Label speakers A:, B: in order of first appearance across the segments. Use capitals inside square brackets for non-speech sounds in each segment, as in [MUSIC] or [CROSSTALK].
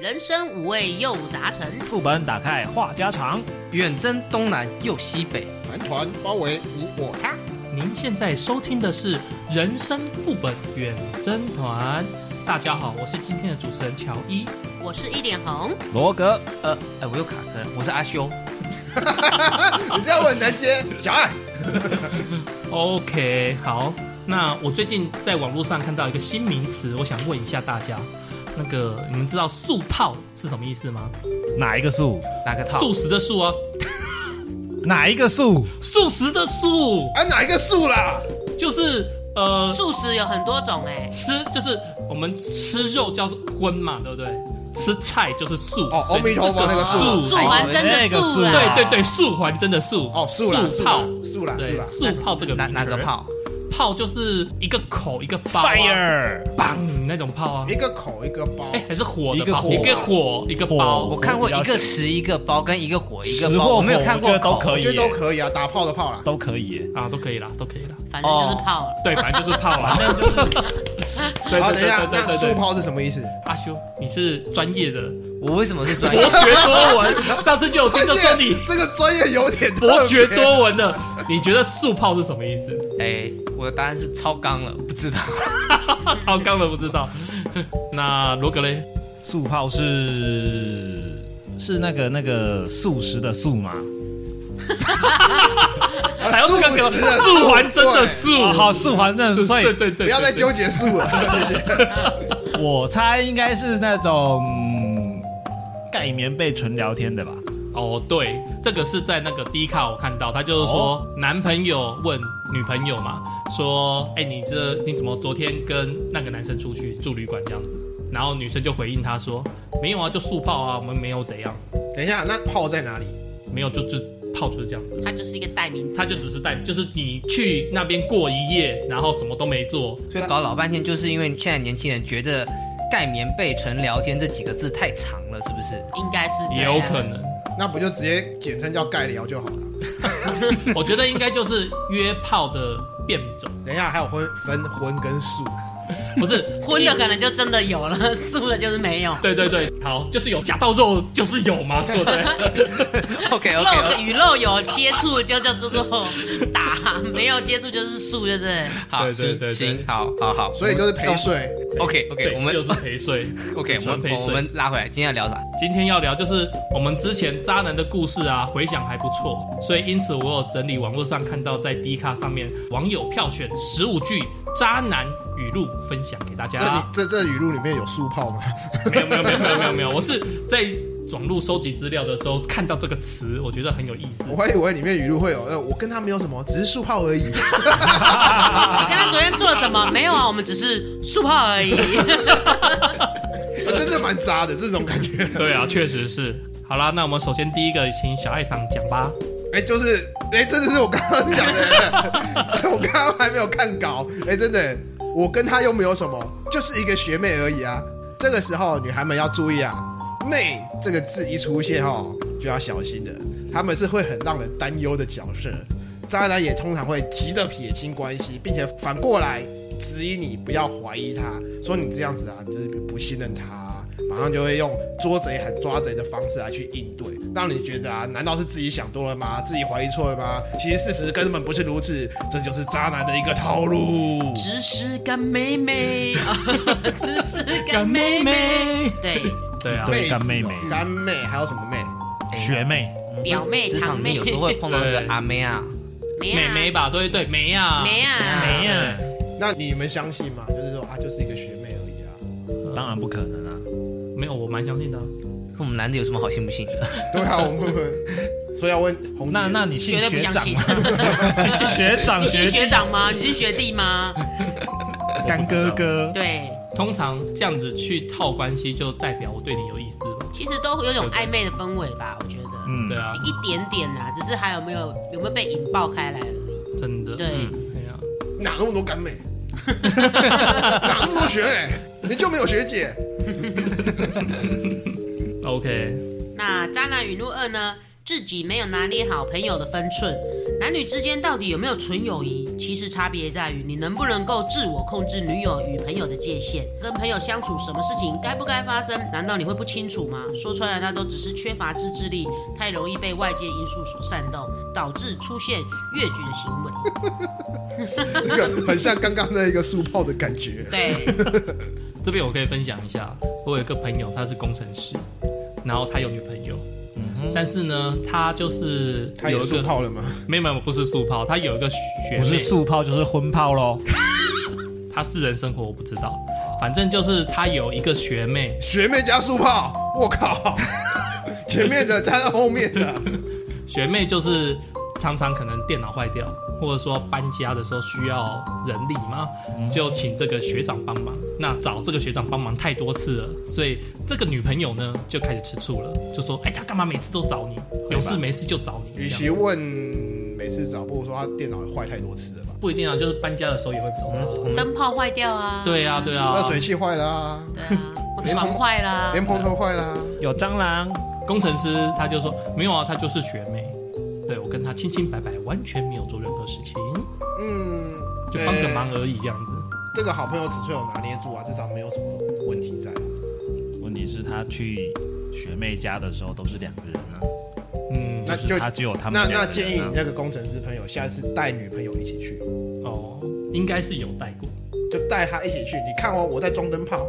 A: 人生五味又杂陈，
B: 副本打开话家常，
C: 远征东南又西北，
D: 团团包围你我他。
E: 您现在收听的是《人生副本远征团》。大家好，我是今天的主持人乔伊。
A: 我是一脸红，
B: 罗格
C: 呃，哎，我又卡壳了，我是阿修。
D: 你这样我很难接，小爱。
E: OK，好，那我最近在网络上看到一个新名词，我想问一下大家，那个你们知道“素泡”是什么意思吗？
B: 哪一个树？
C: 哪个套？
E: 素食的素哦，
B: 哪一个树？
E: 素食的素
D: 啊，哪一个树啦？
E: 就是呃
A: 素食有很多种哎、
E: 吃，就是我们吃肉叫荤嘛，对不对？吃菜就是素
D: 哦
E: 所以
D: 阿弥陀佛那个素
E: 素
A: 素还真的素啦，
E: 对对对，素还真的素
D: 哦，树啦，树
E: 素
D: 啦
E: 泡，
D: 树啦，树
E: 对
D: 啦。
E: 素泡这个
C: 哪哪个
E: 名词
C: 泡？
E: 泡就是一个口一个包、啊、
B: Fire！
E: 棒那种泡啊
D: 一，个口一个包
E: 哎、，还是火的
B: 一个
E: 泡，
B: 火
E: 一个火一个包，
B: 火
C: 我看过
B: 比较
C: 一个
B: 小
C: 十一个包跟一个火一
B: 石
C: 个
B: 或
C: 包，我没有
B: 火
C: 看
B: 我觉得
C: 过
B: 都
C: 口
B: 可
D: 我
B: 以
D: 觉
B: 耶，
D: 得都可以啊，打炮的炮啦。
B: 都可以耶。
E: 啊，都可以啦，都可以啦。
A: 反正就是泡了。
E: 对，反正就是泡啦。
B: 正就是
E: 对
D: 好，
E: 对
D: 等一下
E: 对，对
D: 那
E: 对对
D: 树
E: 对。
D: 泡是什么意思？
E: 阿修，你是专业
D: [LAUGHS]
E: 的
C: 我为什么是专
E: 博
C: 业？ [LAUGHS]
E: 学多闻，上次就有听就说你
D: 而且这个专业有点
E: 博学
D: 特别
E: 多闻的，你觉得素泡是什么意思？
C: 哎，我的答案是超纲了，不知道。
E: 超纲的不知道。那罗格嘞？
B: 素泡是是那个那个素食的素吗？
D: 啊
E: 还有这个
D: 素食的
E: 素还真的
D: 对
E: 素，
B: 啊，好，素还正是，所以
E: 对对对，
D: 不要再
E: 对
D: 纠结树了， [LAUGHS] 谢谢。
B: 我猜应该是那种嗯盖棉被纯聊天的吧？
E: 哦，对，这个是在那个 D 卡我看到，他就是
C: 哦
E: 说男朋友问女朋友嘛，说，哎、你这你怎么昨天跟那个男生出去住旅馆这样子？然后女生就回应他说，没有啊，就速泡啊，我们没有怎样，
D: 等一下，那泡在哪里？
E: 没有就就泡就是这样子。
A: 它就是一个代名词，
E: 他就只是带，就是你去那边过一夜，然后什么都没做，
C: 所以搞老半天，就是因为现在年轻人觉得盖棉被、纯聊天这几个字太长了，是不是？ [LAUGHS]
A: 应该是这
E: 也
A: 样
E: 有可能。
D: 那不就直接简称叫盖聊就好了。
E: 我觉得应该就是约炮的变种，
D: 等一下，还有分分荤跟素，
E: 不是
A: 荤的可能就真的有了， [LAUGHS] 素的就是没有。
E: 对对对，好，就是有夹到肉，就是有嘛，对不
C: [LAUGHS]
E: 对？
C: OK
A: 肉
C: OK
A: 与肉有接触就叫做做打，没有接触就是素，对不对？
C: 好，
E: 对对
C: 行
E: 对对
C: 行，好好好，
D: 所以就是陪睡。
C: OK
E: 对
C: OK，我们
E: 就是陪睡。
C: OK，我
E: 纯
C: 们
E: 陪
C: 我我
E: 睡
C: 们拉回来，今天要聊啥？
E: 今天要聊就是我们之前渣男的故事啊，回想还不错，所以因此我有整理网络上看到在 D 卡上面网友票选十五句渣男语录分享给大
D: 这
E: 家
D: 里。这这语录里面有素泡吗？
E: 没有没有没有没有没有没有，我是在网络收集资料的时候看到这个词，我觉得很有意思。
D: [LAUGHS] 我还以为里面语录会有，呃，我跟他没有什么，只是素泡而已。 [LAUGHS]
A: 你跟他昨天做了什么？没有啊，我们只是素泡而已。
D: 呃真的蛮渣的这种感觉。 [LAUGHS]
E: 对啊，确实是。好啦，那我们首先第一个请小爱上讲吧。
D: 哎、就是，哎、真的是我刚刚讲的， [LAUGHS] 我刚刚还没有看稿，哎、真的，我跟他又没有什么，就是一个学妹而已啊。这个时候，女孩们要注意啊，“妹”这个字一出现哦，就要小心了，他们是会很让人担忧的角色。渣男也通常会急着撇清关系，并且反过来质疑你，不要怀疑他，说你这样子啊，你就是不信任他啊、马上就会用捉贼喊抓贼的方式来去应对，让你觉得啊，难道是自己想多了吗？自己怀疑错了吗？其实事实根本不是如此，这就是渣男的一个套路。
A: 只是干妹妹， [LAUGHS] 只是干妹妹，，对，
E: 对啊，
B: 对
D: 妹子
B: 干妹妹
D: 干妹，还有什么妹？
C: 哎
B: 学妹，
A: 表妹
C: 职场
A: 堂
C: 里
A: 妹
C: 面有时候会碰到那个阿妹啊，
A: 没
E: 美
A: 啊，
E: 眉吧？对对，眉啊，
A: 没啊，
C: 没
B: 哎呀，
D: 那你们相信吗？就是说啊，就是一个学妹而已啊。
B: 当然不可能啊！
E: 没有，我蛮相信的。啊
C: 我们男的有什么好信不信的？
D: [LAUGHS] 对啊，我们所以要问红姐
B: 那那你信
A: 绝对不
B: 学
A: 相
B: 长
A: 信
B: 吗？。你信学长
A: 你是
B: 学
A: 学长吗？ [LAUGHS] 你是学弟吗？
B: 干哥哥？
A: 对，
E: 通常这样子去套关系，就代表我对你有意思了。
A: 其实都有种暧昧的氛围吧，我觉得
B: 嗯
E: 对啊，
A: 一点点啦，只是还有没有有没有被引爆开来而已。
E: 真的。
A: 对
E: 嗯哎呀，
D: 哪那么多干妹？ [LAUGHS] 哪那么多学妹？你就没有学姐？
E: OK，
A: 那渣男语录二呢？自己没有拿捏好朋友的分寸，男女之间到底有没有纯友谊，其实差别在于你能不能够自我控制女友与朋友的界限，跟朋友相处什么事情该不该发生，难道你会不清楚吗？说穿了，那都只是缺乏自制力，太容易被外界因素所煽动，导致出现越矩的行为。
D: 这个很像刚刚那一个速泡的感觉。
A: 对，
E: [LAUGHS] 这边我可以分享一下，我有一个朋友，他是工程师，然后他有女朋友，
B: 嗯哼，
E: 但是呢，他就是
D: 他
E: 有
D: 有
E: 一
D: 速
E: 个
D: 泡了吗？
E: 没有没有不是素泡，他有一个学
B: 不是
E: 妹，
B: 速泡就是荤泡喽。
E: 他私人生活我不知道，反正就是他有一个学妹，
D: 学妹加速泡，我靠！前面的加上后面的，
E: 学妹就是常常可能电脑坏掉，或者说搬家的时候需要人力嘛，
D: 嗯
E: 就请这个学长帮忙。那找这个学长帮忙太多次了，所以这个女朋友呢就开始吃醋了，就说：“哎、他干嘛每次都找你？有事没事就找你。”
D: 与
E: 这
D: 其
E: 样
D: 问每次找，不如说他电脑坏太多次了吧？
E: 不一定啊，就是搬家的时候也会找到。
D: 嗯
A: 灯泡坏掉啊，
E: 对啊，对啊
D: 热，水器坏了啊，
A: 对啊，我床坏啦，
D: 莲蓬头坏了啊，
B: 有蟑螂，
E: 工程师他就说没有啊，她就是学妹，对我跟她清清白白，完全没有做任何事情，
D: 嗯，
E: 就帮个
D: 对
E: 忙而已这样子。
D: 这个好朋友尺寸有拿捏住啊，至少没有什么问题在。
B: 问题是他去学妹家的时候都是两个人啊，
E: 嗯，
D: 那
B: 就
D: 就是
B: 他只有他们两
D: 那
B: 个人啊、
D: 那建议你那个工程师朋友下次带女朋友一起去，
E: 哦，应该是有带过。
D: 就带她一起去。你看哦，我在装灯泡，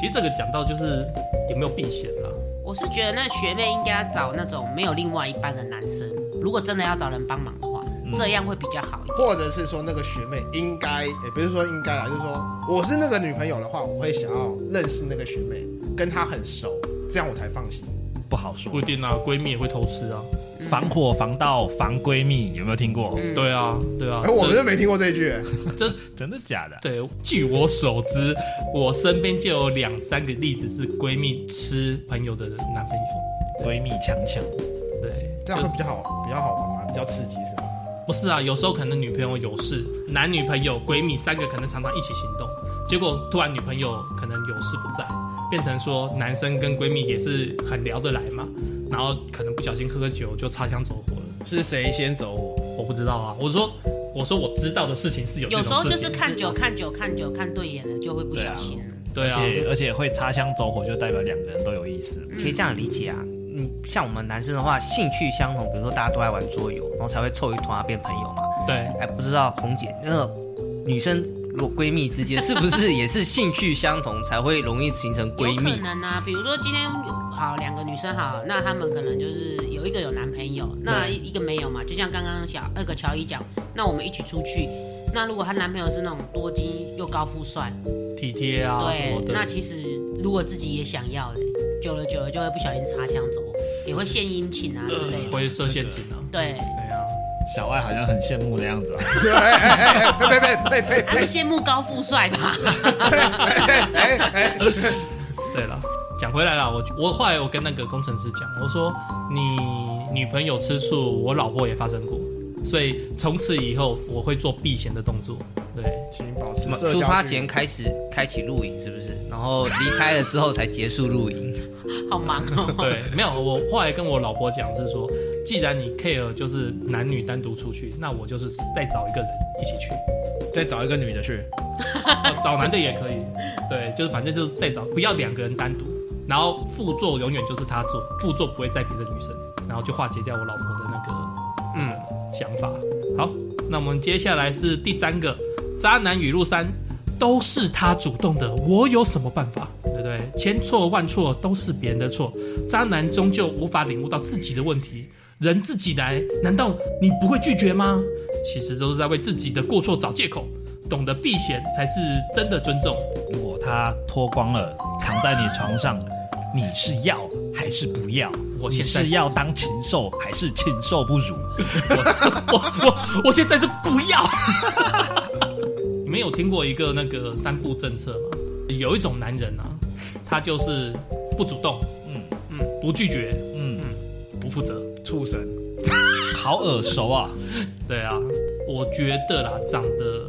E: 其实这个讲到就是有没有避嫌啦、
A: 我是觉得那学妹应该要找那种没有另外一半的男生，如果真的要找人帮忙的话，
E: 嗯
A: 这样会比较好一点。
D: 或者是说那个学妹应该，也不是说应该啦，就是说我是那个女朋友的话，我会想要认识那个学妹，跟她很熟，这样我才放心。
B: 不好说
E: 不一。定啊，闺蜜也会偷吃啊。
B: 嗯防火、防盗、防闺蜜，有没有听过？
A: 嗯，
E: 对啊，对啊。
D: 哎、我们
E: 这
D: 就没听过这一句、哎
E: 真
B: 真的假的？
E: 对，据我所知，我身边就有两三个例子是闺蜜吃朋友的男朋友。
B: 闺蜜强强，
E: 对，
D: 这样会比较好，比较好玩吗？比较刺激是吗？ [LAUGHS]
E: 不是啊，有时候可能女朋友有事，男女朋友、闺蜜三个可能常常一起行动，结果突然女朋友可能有事不在，变成说男生跟闺蜜也是很聊得来嘛，然后可能不小心喝酒就擦枪走火了。
F: 是谁先走我？
E: 我不知道啊，我说我说我知道的事情是有嗯这
A: 有
E: 种
A: 时
E: 事
A: 候
E: 情，
A: 就是看久看久看久看对眼了，就会不小心了。
E: 对啊，
B: 而且而且会擦枪走火，就代表两个人都有意
A: 嗯
B: 思。
C: 可以这样理解啊。你像我们男生的话，兴趣相同，比如说大家都爱玩桌游，然后才会凑一团啊变朋友嘛。
E: 对，
C: 哎，不知道红姐那个女生如果闺蜜之间是不是也是兴趣相同才会容易形成闺
A: 有可
C: 蜜？
A: 能啊，比如说今天好两个女生好，那她们可能就是有一个有男朋友，那一一个没有嘛。就像刚刚小那个乔伊讲，那我们一起出去，那如果她男朋友是那种多金又高富帅，
E: 体贴啊什么
A: 对，那
E: 的，
A: 其实如果自己也想要的，久了久了就会不小心擦枪走火，也会献殷勤啊之类的。
E: 会设陷阱啊。
A: 对，
E: 对啊，
B: 小爱好像很羡慕的样子啊。
D: 哎哎哎哎，呸呸呸呸呸
A: 啊还是羡慕高富帅吧。
D: 哎哎哎，
E: 对了，讲回来了，我我后来我跟那个工程师讲，我说你女朋友吃醋，我老婆也发生过，所以从此以后我会做避嫌的动作。对，
D: 请保持 [LAUGHS]
C: 什么
D: 社
C: 出
D: 交
C: 发
D: 距
C: 前
D: 离。
C: 开始开启露营是不是？然后离开了之后才结束露营？
A: 好忙哦。
E: 对，没有，我后来跟我老婆讲是说，既然你 care 就是男女单独出去，那我就是再找一个人一起去，
F: 再找一个女的去，
E: 哦找男的也可以。对，就是反正就是再找，不要两个人单独。然后副座永远就是他做，副座不会再别的女生，然后就化解掉我老婆的那个嗯想法。好，那我们接下来是第三个渣男语录三，都是他主动的，我有什么办法？对不对？千错万错都是别人的错，渣男终究无法领悟到自己的问题，人自己来，难道你不会拒绝吗？其实都是在为自己的过错找借口，懂得避嫌才是真的尊重。
B: 如果他脱光了躺在你床上，你是要还是不要？
E: 我
B: 你
E: 现在
B: 是要当禽兽还是禽兽不如？
E: 我我我现在是不要。 [LAUGHS] 你们有听过一个那个三不政策吗？有一种男人啊，他就是不主动，
B: 嗯
E: 嗯，不拒绝，
B: 嗯，
E: 不负责。
D: 畜生，
B: 好耳熟啊！
E: 对啊，我觉得啦，长得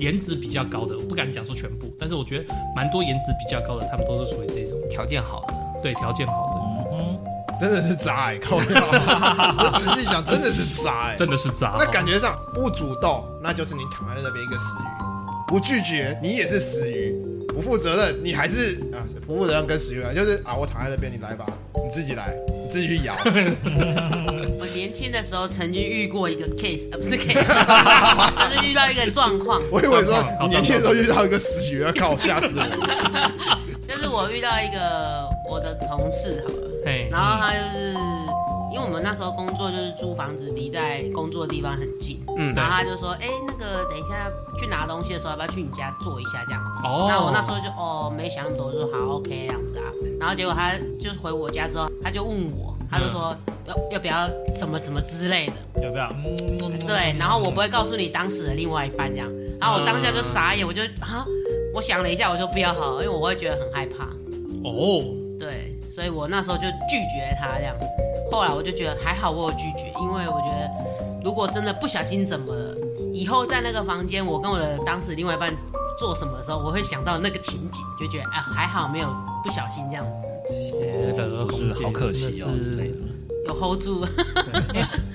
E: 颜值比较高的，我不敢讲说全部，但是我觉得蛮多颜值比较高的，他们都是属于这种
C: 条件好的，
E: 对条件好
B: 嗯哼，
E: 的，
D: 真的是渣哎、靠腰！ [LAUGHS] 我仔细想，真的是渣哎、
E: 真的是渣。哦
D: 那感觉上不主动，那就是你躺在那边一个死鱼；不拒绝，你也是死鱼；不负责任，你还是啊不负责任跟死鱼啊，就是啊我躺在那边，你来吧，你自己
E: [LAUGHS]
D: 来，你自己去咬。
A: 我年轻的时候曾经遇过一个 case，呃，不
E: [LAUGHS]
A: 是 case，就是遇到一个状况，
D: 我以为说
E: 好
D: 你年轻的时候遇到一个死鱼，靠，吓死我！
A: 就是我遇到一个我的同事好了，
E: 嘿，
A: 然后他就是因为我们那时候工作就是租房子，离在工作的地方很近，
C: 嗯
A: 然后他就说，哎、那个等一下去拿东西的时候，要不要去你家坐一下这样？
E: 哦，
A: 那我那时候就哦没想那么多，就说好 OK 这样子啊。然后结果他就是回我家之后，他就问我，他就说、要要不要怎么怎么之类的。
B: 有没有？嗯
A: 对，然后我不会告诉你当时的另外一半这样。然后我当下就傻眼，我就啊，我想了一下，我就不要好了，因为我会觉得很害怕。
E: [LAUGHS] 哦，
A: 对，所以我那时候就拒绝他这样。后来我就觉得还好我有拒绝，因为我觉得如果真的不小心怎么了，以后在那个房间我跟我的当时另外一半做什么的时候，我会想到那个情景，就觉得啊还好没有不小心这样子，
E: 觉得
B: 是好可惜哦之类
E: 是
B: 的。
A: 有 hold 住。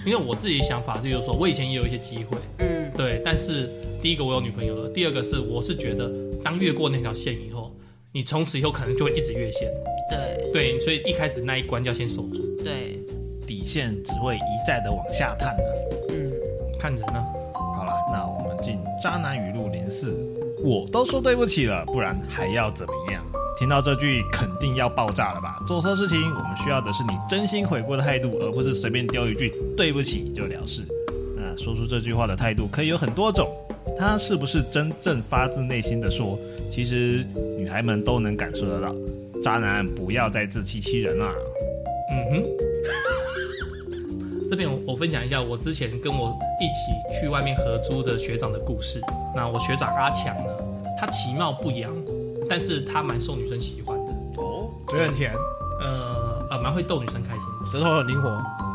E: 因为我自己想法就是说，我以前也有一些机会，
A: [LAUGHS] 嗯，
E: 对，但是第一个我有女朋友了，第二个是我是觉得当越过那条线以后，你从此以后可能就会一直越线，
A: 对
E: 对，所以一开始那一关就要先守住，
A: 对，
B: 底线只会一再的往下探啊的。
A: 嗯，
E: 看人啊，
B: 好了，那我们进渣男语录零四。我都说对不起了，不然还要怎么样？听到这句肯定要爆炸了吧？做错事情，我们需要的是你真心悔过的态度，而不是随便丢一句对不起就了事。那说出这句话的态度可以有很多种，他是不是真正发自内心的说，其实女孩们都能感受得到。渣男不要再自欺欺人啊啦、
E: 嗯哼。这边我我分享一下我之前跟我一起去外面合租的学长的故事。那我学长阿强呢，他其貌不扬，但是他蛮受女生喜欢的，
B: 哦
D: 嘴很甜，
E: 呃呃，蛮会逗女生开心的。
F: 舌头很灵活，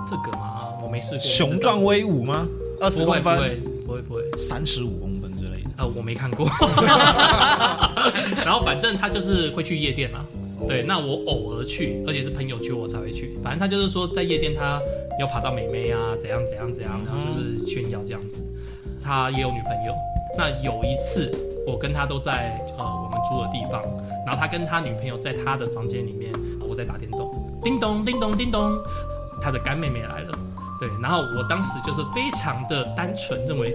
E: 这个嘛，我没试过。
B: 雄壮威武吗？
D: 二十
E: 不会
D: 公
E: 不
D: 分，
E: 会不会不会，
B: 三十五公分之类的。
E: 呃，我没看过。然后反正他就是会去夜店啦。对，那我偶尔去，而且是朋友去我才会去。反正他就是说在夜店他有爬到美眉啊，怎样怎样怎样，然后就是炫耀这样子。他也有女朋友。那有一次我跟他都在呃我们住的地方，然后他跟他女朋友在他的房间里面，啊我在打电动，叮咚叮咚叮咚，他的干妹妹来了。对，然后我当时就是非常的单纯，认为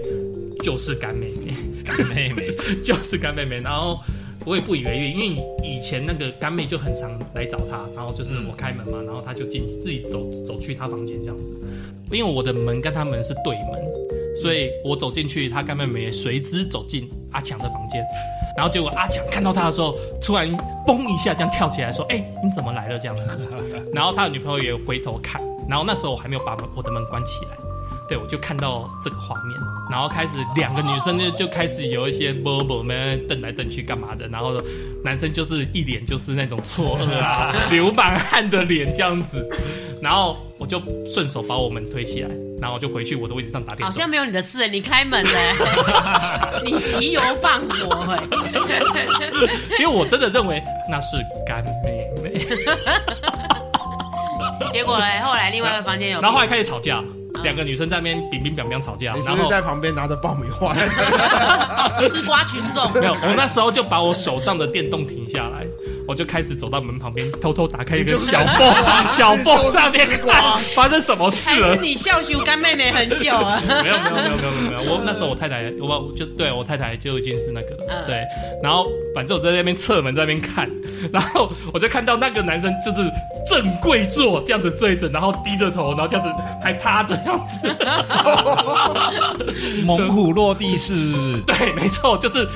E: 就是干妹妹。
B: 干妹妹，
E: [LAUGHS] 就是干妹妹，然后我也不以为意，因为以前那个干妹就很常来找她，然
B: 嗯
E: 后就是我开门嘛，然后她就进自己走走去她房间这样子，因为我的门跟她门是对门，所以我走进去，她干妹妹也随之走进阿强的房间，然后结果阿强看到她的时候，突然嘣一下这样跳起来说：“哎、你怎么来了？”这样子，然后他的女朋友也回头看，然后那时候我还没有把门我的门关起来。对，我就看到这个画面，然后开始两个女生就就开始有一些啵啵们瞪来瞪去干嘛的，然后男生就是一脸就是那种错愕啊、流氓汉的脸这样子，然后我就顺手把我们推起来，然后我就回去我的位置上打电
A: 好
E: 动
A: 像。没有你的事，你开门嘞，你提油放火哎。
E: 因为我真的认为那是干妹妹，
A: 结果嘞，后来另外一个房间有，
E: 然后后来开始吵架，两个女生在那边乒乒乓乓吵架，
D: 你是
E: 然
D: 不是
E: 后
D: 在旁边拿着爆米花？
A: 吃瓜群众，
E: 没有，我那时候就把我手上的电动停下来，我就开始走到门旁边，偷偷打开一个小缝，小缝上面看发生什么
A: 还
E: 事
A: 是
E: 了。
A: 你笑羞干妹妹很久了。
E: 没有没有没有没有没有，我那时候我太太，我就对我太太就已经是那个了，
A: 嗯
E: 对。然后反正我在那边侧门在那边看，然后我就看到那个男生就是正跪坐这样子跪着，然后低着头，然后这样子还趴着这样子，
B: 猛虎落地式。
E: [LAUGHS] 对，没错，就是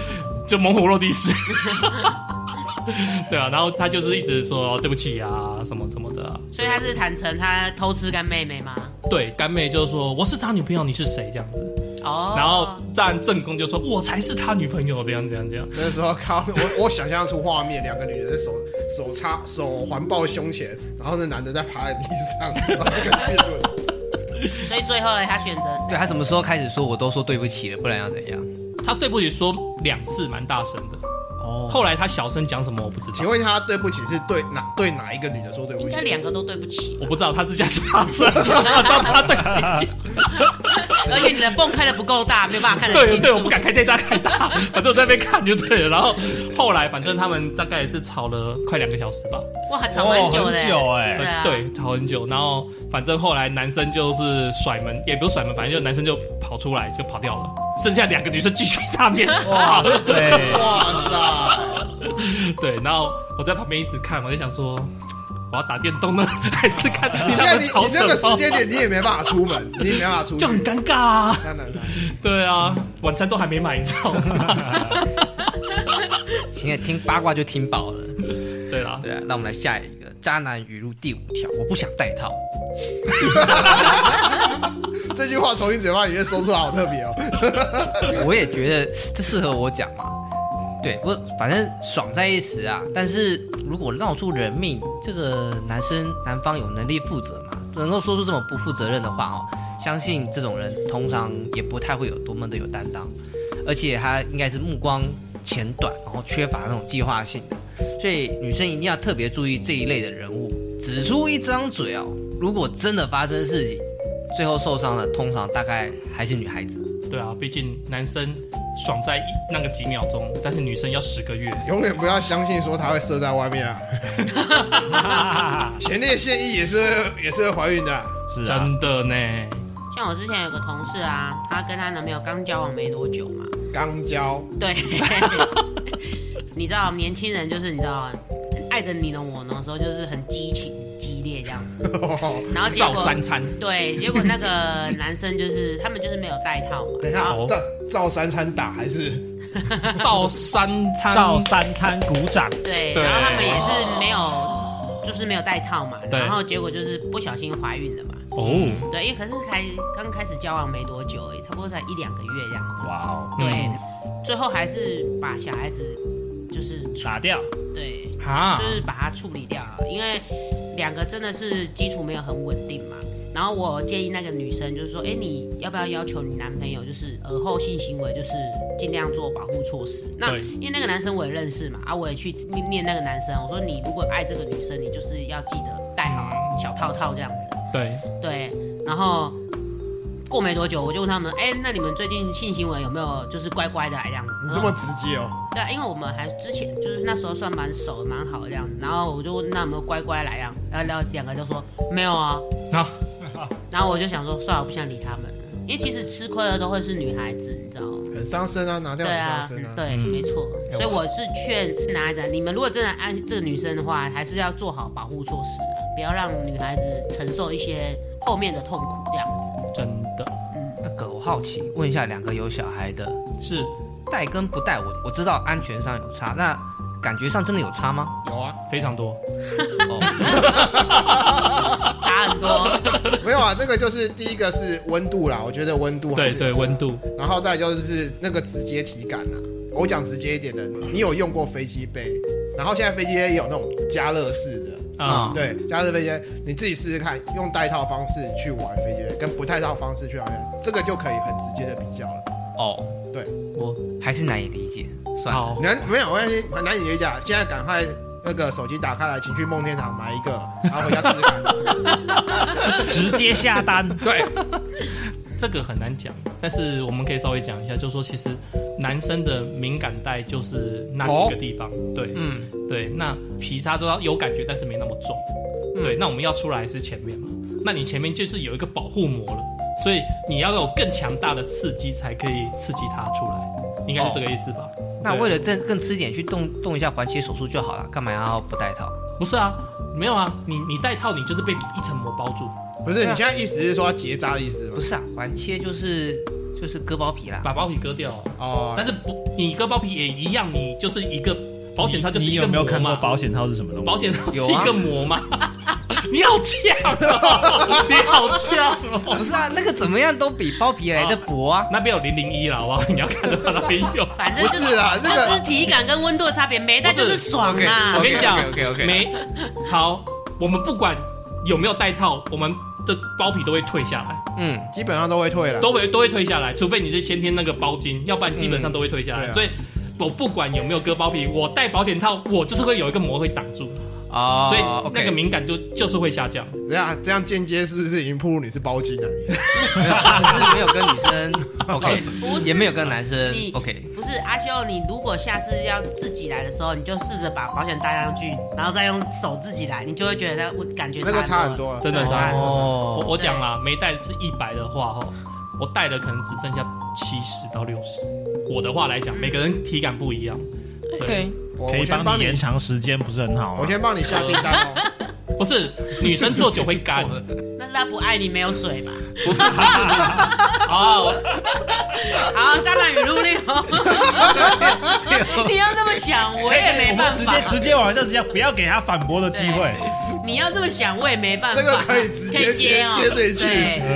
E: 就猛虎落地式。 [LAUGHS] 对啊，然后他就是一直说对不起啊，什么什么的啊、
A: 所以他是坦诚他偷吃干妹妹吗？
E: 对，干妹就说我是他女朋友，你是谁这样子。
A: 哦，
E: 然后站正宫就说我才是他女朋友，这样这样这样。
D: [LAUGHS] 那时候靠我，我想象出画面，两个女人手手插手环抱胸前，然后那男的在趴在地上，然后跟他辩论。
A: 所以最后呢，他选择
C: 对
A: 谁？
C: 他什么时候开始说我都说对不起了，不然要怎样？
E: 他对不起说两次，蛮大声的。
B: 哦
E: 后来他小声讲什么我不知
D: 请
E: 道，
D: 问他对不起是对哪对哪一个女的说对不
A: 应
D: 起
A: 该？两个都对不起，
E: 我不知道他是叫什么声，我知道他对谁讲。
A: 而且你的泵开的不够大，没有办法看得清
E: [LAUGHS] 对
A: 楚。
E: 对，我不敢开太大太大， [LAUGHS] 反正我在那边看就对了。然后后来反正他们大概也是吵了快两个小时吧，
A: 哇，还吵蛮久的、
E: 哦
B: 很
E: 欸
B: 久哎、
A: 对啊
E: 对，吵很久。然后反正后来男生就是甩门，也不是甩门，反正就男生就跑出来就跑掉了，剩下两个女生继续在那边吵。
B: 对，
D: 哇塞！
E: [LAUGHS] 对，然后我在旁边一直看，我就想说。我要打电动呢， [LAUGHS] 还是看
D: 你
E: 你
D: 现在
E: 他们
D: 你
E: 吵
D: 你
E: 什
D: 这
E: 么
D: 个？时间点你也没办法出门，你也没办法出去
E: 就，很尴尬啊。 [LAUGHS]
D: 当然了，
E: 对啊，晚餐都还没买，你知道吗？ [LAUGHS]
C: 现在听八卦就听饱了。
E: 对啦，
C: 对啊，那我们来下一个渣男语录第五条，我不想戴套。
D: 这句话从你嘴巴里面说出来好特别哦。
C: 我也觉得这适合我讲嘛。对，不，反正爽在一时啊，但是如果闹出人命，这个男生男方有能力负责嘛？能够说出这么不负责任的话哦，相信这种人通常也不太会有多么的有担当，而且他应该是目光浅短，然后缺乏那种计划性的，所以女生一定要特别注意这一类的人物。只出一张嘴哦，如果真的发生事情，最后受伤的通常大概还是女孩子。
E: 对啊，毕竟男生爽在一那个几秒钟，但是女生要十个月。
D: 永远不要相信说他会射在外面啊，前列腺液也是也是会怀孕的啊、
B: 是啊，
E: 真的呢，
A: 像我之前有个同事啊，她跟她男朋友刚交往没多久嘛，
D: 肛交。 [LAUGHS]
A: 对，
E: [LAUGHS]
A: 你知道年轻人就是你知道，爱的你侬我侬的时候就是很激情激烈这样子，然后结
E: 照
A: 果
E: 三餐，
A: 对，结果那个男生就是他们就是没有戴套嘛，
D: 等一下
A: 然后
E: 好，
D: 照照三餐打还是
E: 照三餐，
B: 照三餐鼓掌，
A: 对，
E: 对
A: 然后他们也是没有，就是没有戴套嘛，
E: 对
A: 然后结果就是不小心怀孕了嘛，
E: 哦，
A: 对，因为可是才刚开始交往没多久而已，差不多才一两个月这样子，
B: 哇哦，
E: 嗯
A: 对，最后还是把小孩子就是处
B: 打掉，
A: 对，
D: 啊
E: 哈
A: 就，是把它处理掉了，因为两个真的是基础没有很稳定嘛。然后我建议那个女生就是说，哎，你要不要要求你男朋友就是耳后性行为就是尽量做保护措施？那
E: 对
A: 因为那个男生我也认识嘛，啊，我也去念念那个男生，我说你如果爱这个女生，你就是要记得戴好小套套这样子。
E: 对，
A: 对，然后过没多久我就问他们，哎，那你们最近性行为有没有就是乖乖的来这样？
D: 你这么直接哦？
A: 对啊，因为我们还之前就是那时候算蛮熟蛮好的这样，然后我就问那有没有乖乖来啊，然后然后两个就说没有啊，
E: 啊
A: [LAUGHS] 然后我就想说算了，我不想理他们了，因为其实吃亏的都会是女孩子，你知道吗？
D: 很伤身啊，拿掉
A: 对
D: 很伤
A: 啊
D: 身啊，。
A: 对，
E: 嗯
A: 没错，
E: 哎
A: 所以我是劝男孩子啊，你们如果真的爱这个女生的话，还是要做好保护措施啊，不要让女孩子承受一些后面的痛苦这样子。
E: 真的
A: 嗯，
C: 那个我好奇问一下，两个有小孩的
E: 是
C: 带跟不带，我我知道安全上有差，那感觉上真的有差吗？
D: 有啊，
E: 非常多，
C: 哦，
A: 差很多。
D: 没有啊，那个就是第一个是温度啦，我觉得温度还
E: 对
D: 是
E: 对，温度，
D: 然后再来就是那个直接体感啦、我讲直接一点的，你有用过飞机杯？然后现在飞机杯也有那种加热式的，
E: 啊
C: 嗯，
D: 对，加热飞机杯，你自己试试看，用带套方式去玩飞机杯，跟不带套方式去玩，这个就可以很直接的比较了。
C: 哦，
E: 我
C: 还是难以理解，算了，
E: 好，
D: 难没有关系，很难以理解。现在赶快那个手机打开来，请去梦天堂买一个，然后回家试试看。 [LAUGHS]
B: 直接下单，
D: 对，
E: 这个很难讲，但是我们可以稍微讲一下，就是说其实男生的敏感带就是那几个地方，对，
C: [LAUGHS] 嗯，
E: 对，那皮他都要有感觉，但是没那么重。
C: 嗯
E: 对，那我们要出来是前面嘛，那你前面就是有一个保护膜了，所以你要有更强大的刺激才可以刺激它出来，应该是这个意思吧？
C: 那
E: 对
C: 为了更更吃一点，去动动一下环切手术就好了，干嘛要不戴套？
E: 不是啊，没有啊，你你戴套你就是被一层膜包住，
D: 不是，你现在意思是说要结扎的意思吗
C: 不？是啊，环切就是就是割包皮啦，
E: 把包皮割掉啊、
D: 哦
E: 但，是不，你割包皮也一样，你就是一个保险套就是
B: 你
E: 一个
B: 有没有
E: 膜
B: 看过
E: 嘛。
B: 保险套是什么东西？
E: 保险套是
C: 有
E: 一
C: 啊
E: 个膜嘛？ [LAUGHS] 你好呛哦！你好呛 [LAUGHS] 哦！
C: 不是啊，那个怎么样都比包皮来的薄啊。
E: 那边有零零一啦，好不好？你要看的话都没有。
A: 反正就是
D: 不是啦这个
A: 就是体感跟温度的差别，没戴就是爽
E: 我
A: 啊。
E: 跟你讲
C: OK，
E: 没好，我们不管有没有戴套，我们的包皮都会退下来，
C: 嗯，
D: 基本上都会退了。
E: 都会都会退下来，除非你是先天那个包茎，要不然基本上都会退下来。
D: 嗯对啊
E: 所以我不管有没有割包皮，我戴保险套，我就是会有一个膜会挡住，
C: 哦，
E: 所以
C: OK
E: 那个敏感度就是会下降。
D: 等一下啊这样间接是不是已经暴露你是包茎了？你
C: 没有就是没有跟女生 OK，
A: 不是
C: 也没有跟男生
A: 你
C: OK。
A: 不是阿修，你如果下次要自己来的时候，你就试着把保险带上去，然后再用手自己来，你就会觉得我感觉
D: 那个差很
A: 多
D: 多啊，
E: 真的差很多我
C: 哦，
E: 我讲啦，没戴是一百的话，吼，我戴的可能只剩下七十到六十。我的话来讲，
A: 嗯
E: 每个人体感不一样。
C: 对，
D: 我
B: 可
D: 我
B: 以
D: 先帮
B: 你
D: 你
B: 延，长时间，不是很好啊
D: 我
B: 吗？
D: 先帮你下订单
C: [LAUGHS]
D: 哦。
E: 不是女生做久会干，
A: 很多。那是他不爱你没有水吧？
E: 不是不是不是啊，我
A: 好，当然语录六，
D: 哦
A: [LAUGHS] 你要这么想，哎我也没办
B: 直
A: 法
B: 接。直接往下直接，不要给他反驳的机会。
A: 你要这么想，我也没办法。
D: 这个可以直
A: 可
D: 接
A: 以接
D: 接
A: 哦
D: 接这
A: 对
D: 一句。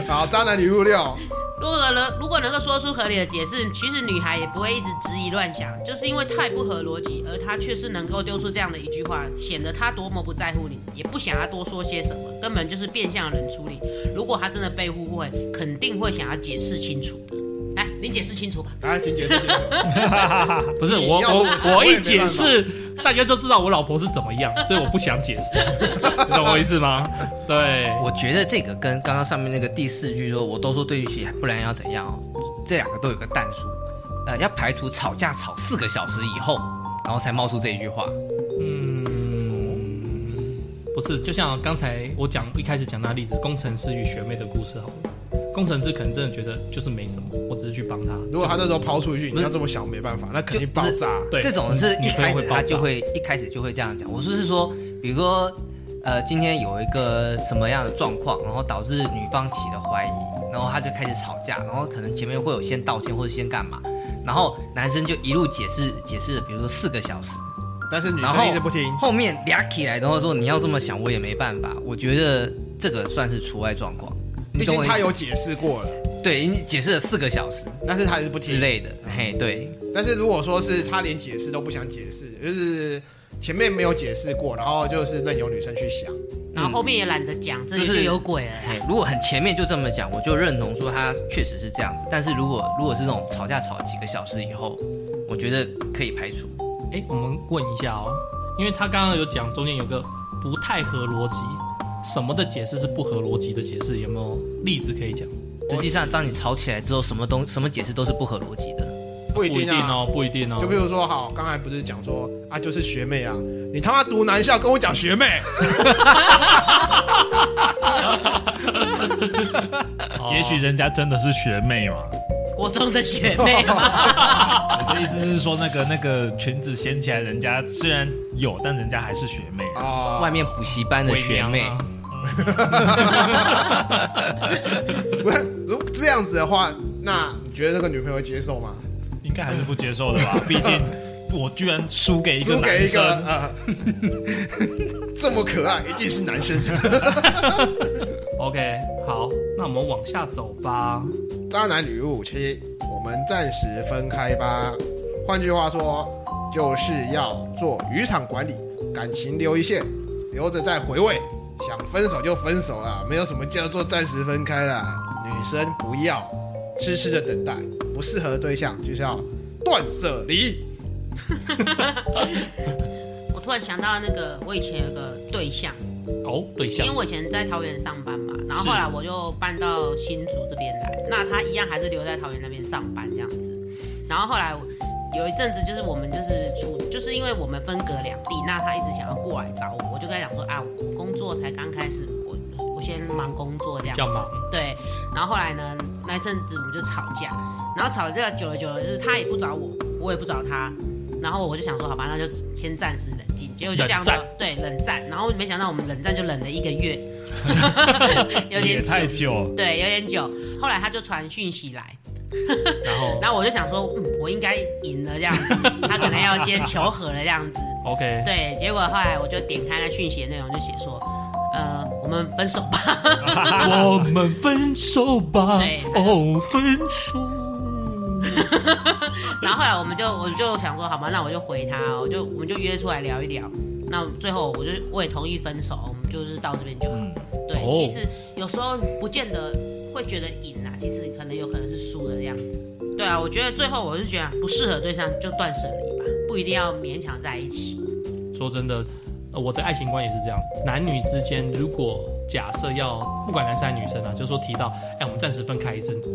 D: 好，渣男女物六，
A: 如果能如果能够说出合理的解释，其实女孩也不会一直质疑乱想，就是因为太不合逻辑，而她却是能够丢出这样的一句话，显得她多么不在乎你，也不想要多说些什么，根本就是变相冷处理。如果她真的被误会，肯定会想要解释清楚的。来，你解释清楚吧。
D: 来，请解释清楚。
E: 不是
D: 你
E: 我
D: 要怎么说我
E: 我我
D: 也
E: 一
D: 没
E: 解
D: 办法
E: 释，大家就知道我老婆是怎么样，所以我不想解释，你懂我意思吗？对，
C: 我觉得这个跟刚刚上面那个第四句说“我都说对不起，不然要怎样”，哦这两个都有个淡数，呃，要排除吵架吵四个小时以后，然后才冒出这一句话。
E: 嗯，不是，就像刚才我讲一开始讲那例子，工程师与学妹的故事好了。工程师可能真的觉得就是没什么，我只是去帮他。
D: 如果他那时候抛出一句，
C: 不
D: 你
C: 是
D: 要这么想，没办法，那肯定
C: 就
D: 爆
C: 不是
D: 炸。
E: 对，
C: 这种是
E: 女
C: 一
E: 女朋友
C: 开
E: 会
C: 始
E: 爆
C: 他
E: 炸
C: 就会一开始就会这样讲。我说是说，比如说，呃，今天有一个什么样的状况，然后导致女方起了怀疑，然后他就开始吵架，然后可能前面会有先道歉或者先干嘛，然后男生就一路解释解释，比如说四个小时，
D: 但是女
C: 然后
D: 生一直不听，
C: 后面俩起来，然后说你要这么想，我也没办法。我觉得这个算是除外状况，
D: 毕
C: 你懂
D: 竟
C: 我意
D: 他
C: 思？
D: 有解释过了，
C: 对，你解释了四个小时
D: 但是他还是不
C: 之
D: 听。
C: 类的，嘿，对，
D: 但是如果说是他连解释都不想解释，就是前面没有解释过，然后就是任由女生去想，
A: 然后后面也懒得讲，这里
C: 就
A: 就是有鬼了啦。
C: 嘿，如果嗯很前面就这么讲，我就认同说他确实是这样子。但是如果如果是这种吵架吵几个小时以后，我觉得可以排除。
E: 哎，我们问一下哦，因为他刚刚有讲中间有个不太合逻辑，什么的解释是不合逻辑的解释，有没有例子可以讲？
C: 实际上，当你吵起来之后，什么东什么解释都是不合逻辑的。
D: 不一
E: 不一
D: 定
E: 定
D: 啊。
E: 哦，不一定哦。
D: 就比如说，好，刚才不是讲说啊，就是学妹啊，你他妈读男校跟我讲学妹，
E: 哦
B: 也许人家真的是学妹嘛。
A: 国中的学妹嘛，
B: 我的意思是说，那个那个裙子掀起来，人家虽然有，但人家还是学妹。
D: 啊，
C: 外面补习班的
E: 伪
C: 学
E: 娘
C: 妹，
E: 啊
D: 不是，如果这样子的话，那你觉得这个女朋友会接受吗？
B: 应该还是不接受的吧？毕竟我居然输给一个
D: 输给
B: 男
D: 一个
B: 生，
D: 呃，这么可爱，一定是男生。
E: OK，好，那我们往下走吧。
D: 渣男女物七，我们暂时分开吧。换句话说，就是要做渔场管理，感情留一线，留着再回味。想分手就分手啦，没有什么叫做暂时分开啦。女生不要痴痴的等待，不适合的对象就是要断舍离。
A: 我突然想到那个我以前有个对象，
E: 哦，对
A: 因
E: 象嗯
A: 为我以前在桃园上班嘛，然后后来我就搬到新竹这边来，那他一样还是留在桃园那边上班这样子。然后后来我有一阵子，就是我们就是出，就是因为我们分隔两地，那他一直想要过来找我，我就跟他讲说啊，我工作才刚开始，我我先忙工作这样
E: 比
A: 子
E: 较忙，
A: 对，然后后来呢，那一阵子我们就吵架，然后吵架久了久了，就是他也不找我，我也不找他，然后我就想说，好吧，那就先暂时冷静。结果就这样
E: 冷战
A: 的，对，冷战。然后没想到我们冷战就冷了一个
B: [LAUGHS]
A: 月，有
B: 也
A: 点
B: 太
A: 久， [LAUGHS]
B: [LAUGHS] 久。
A: 对，有点久。后来他就传讯息来，
E: 然后
A: 然后我就想说，嗯，我应该赢了这样子，他可能要先求和了这样子。
E: OK，
A: 对，结果后来我就点开那讯息的内容，就写说，呃，我们分手吧。
E: 我们分手吧
A: 对
E: 哦，分手。
A: [LAUGHS] 然后后来我们就我就想说，好吧，那我就回他，我就我们就约出来聊一聊。那最后我就我也同意分手，我们就是到这边就好。
B: 嗯，
A: 对，
E: 哦
A: 其实有时候不见得会觉得赢啊，其实可能有可能是输的这样子。对啊，我觉得最后我是觉得不适合对象就断舍离吧，不一定要勉强在一起。
E: 说真的，呃我的爱情观也是这样，男女之间如果假设要不管男生还是女生啊，就说提到，哎、我们暂时分开一阵子，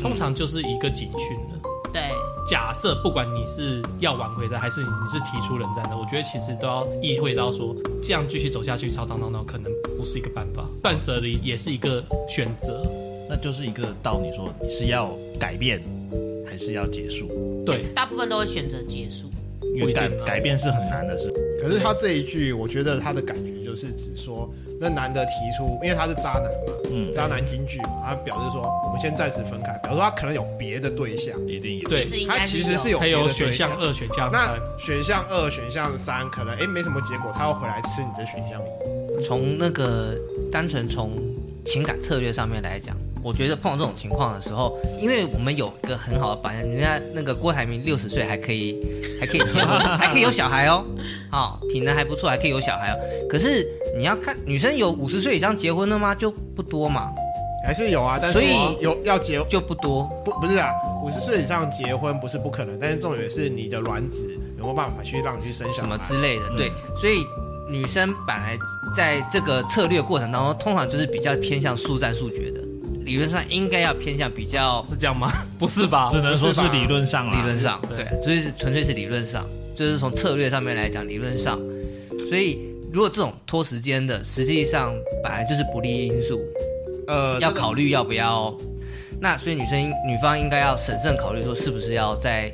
E: 通常就是一个警讯了。
A: 对，
E: 假设不管你是要挽回的，还是你是提出冷战的，我觉得其实都要意会到说，这样继续走下去，吵吵闹闹可能不是一个办法，断舍离也是一个选择。
B: 那就是一个到你说你是要改变，还是要结束？
E: 对，
A: 大部分都会选择结束。
B: 因为
E: 不一定
B: 改
E: 啊
B: 改变是很难的事。
D: 可是他这一句，我觉得他的感觉就是指说，那男的提出，因为他是渣男嘛，
B: 嗯，
D: 渣男金句嘛，他表示说我们先暂时分开，表示他可能有别的对象，
B: 一定有。
E: 对
A: 其实应
D: 他
A: 该
D: 其实是
A: 有。
D: 有
E: 还
D: 别
E: 有
D: 的
E: 选
D: 对
E: 项
D: 象。
E: 二、选项
D: 那
E: 三，
D: 选项二、选项三可能哎没什么结果，他要回来吃你的选项一。
C: 从那个单纯从情感策略上面来讲，我觉得碰到这种情况的时候，因为我们有一个很好的榜样，人家那个郭台铭六十岁还可以，还可以结婚，还可以有小孩哦，哦，体能还不错，还可以有小孩哦。可是你要看女生有五十岁以上结婚的吗？就不多嘛，
D: 还是有啊，但是
C: 所以
D: 有要结
C: 就不多。
D: 不不是啊，五十岁以上结婚不是不可能，但是重点是你的卵子有没有办法去让你去生小
C: 什么
D: 孩。
C: 之类的，对，所以女生本来在这个策略过程当中，通常就是比较偏向速战速决的，理论上应该要偏向比较
E: 是这样吗？不是吧？
B: 只能说是
D: 不是吧
B: 理论上啦。
C: 理论上，
E: 对
C: 对，所以是纯粹是理论上，就是从策略上面来讲，理论上，所以如果这种拖时间的，实际上本来就是不利因素，
D: 呃，
C: 要
D: 这个
C: 考虑要不要。那所以女生女方应该要审慎考虑，说是不是要再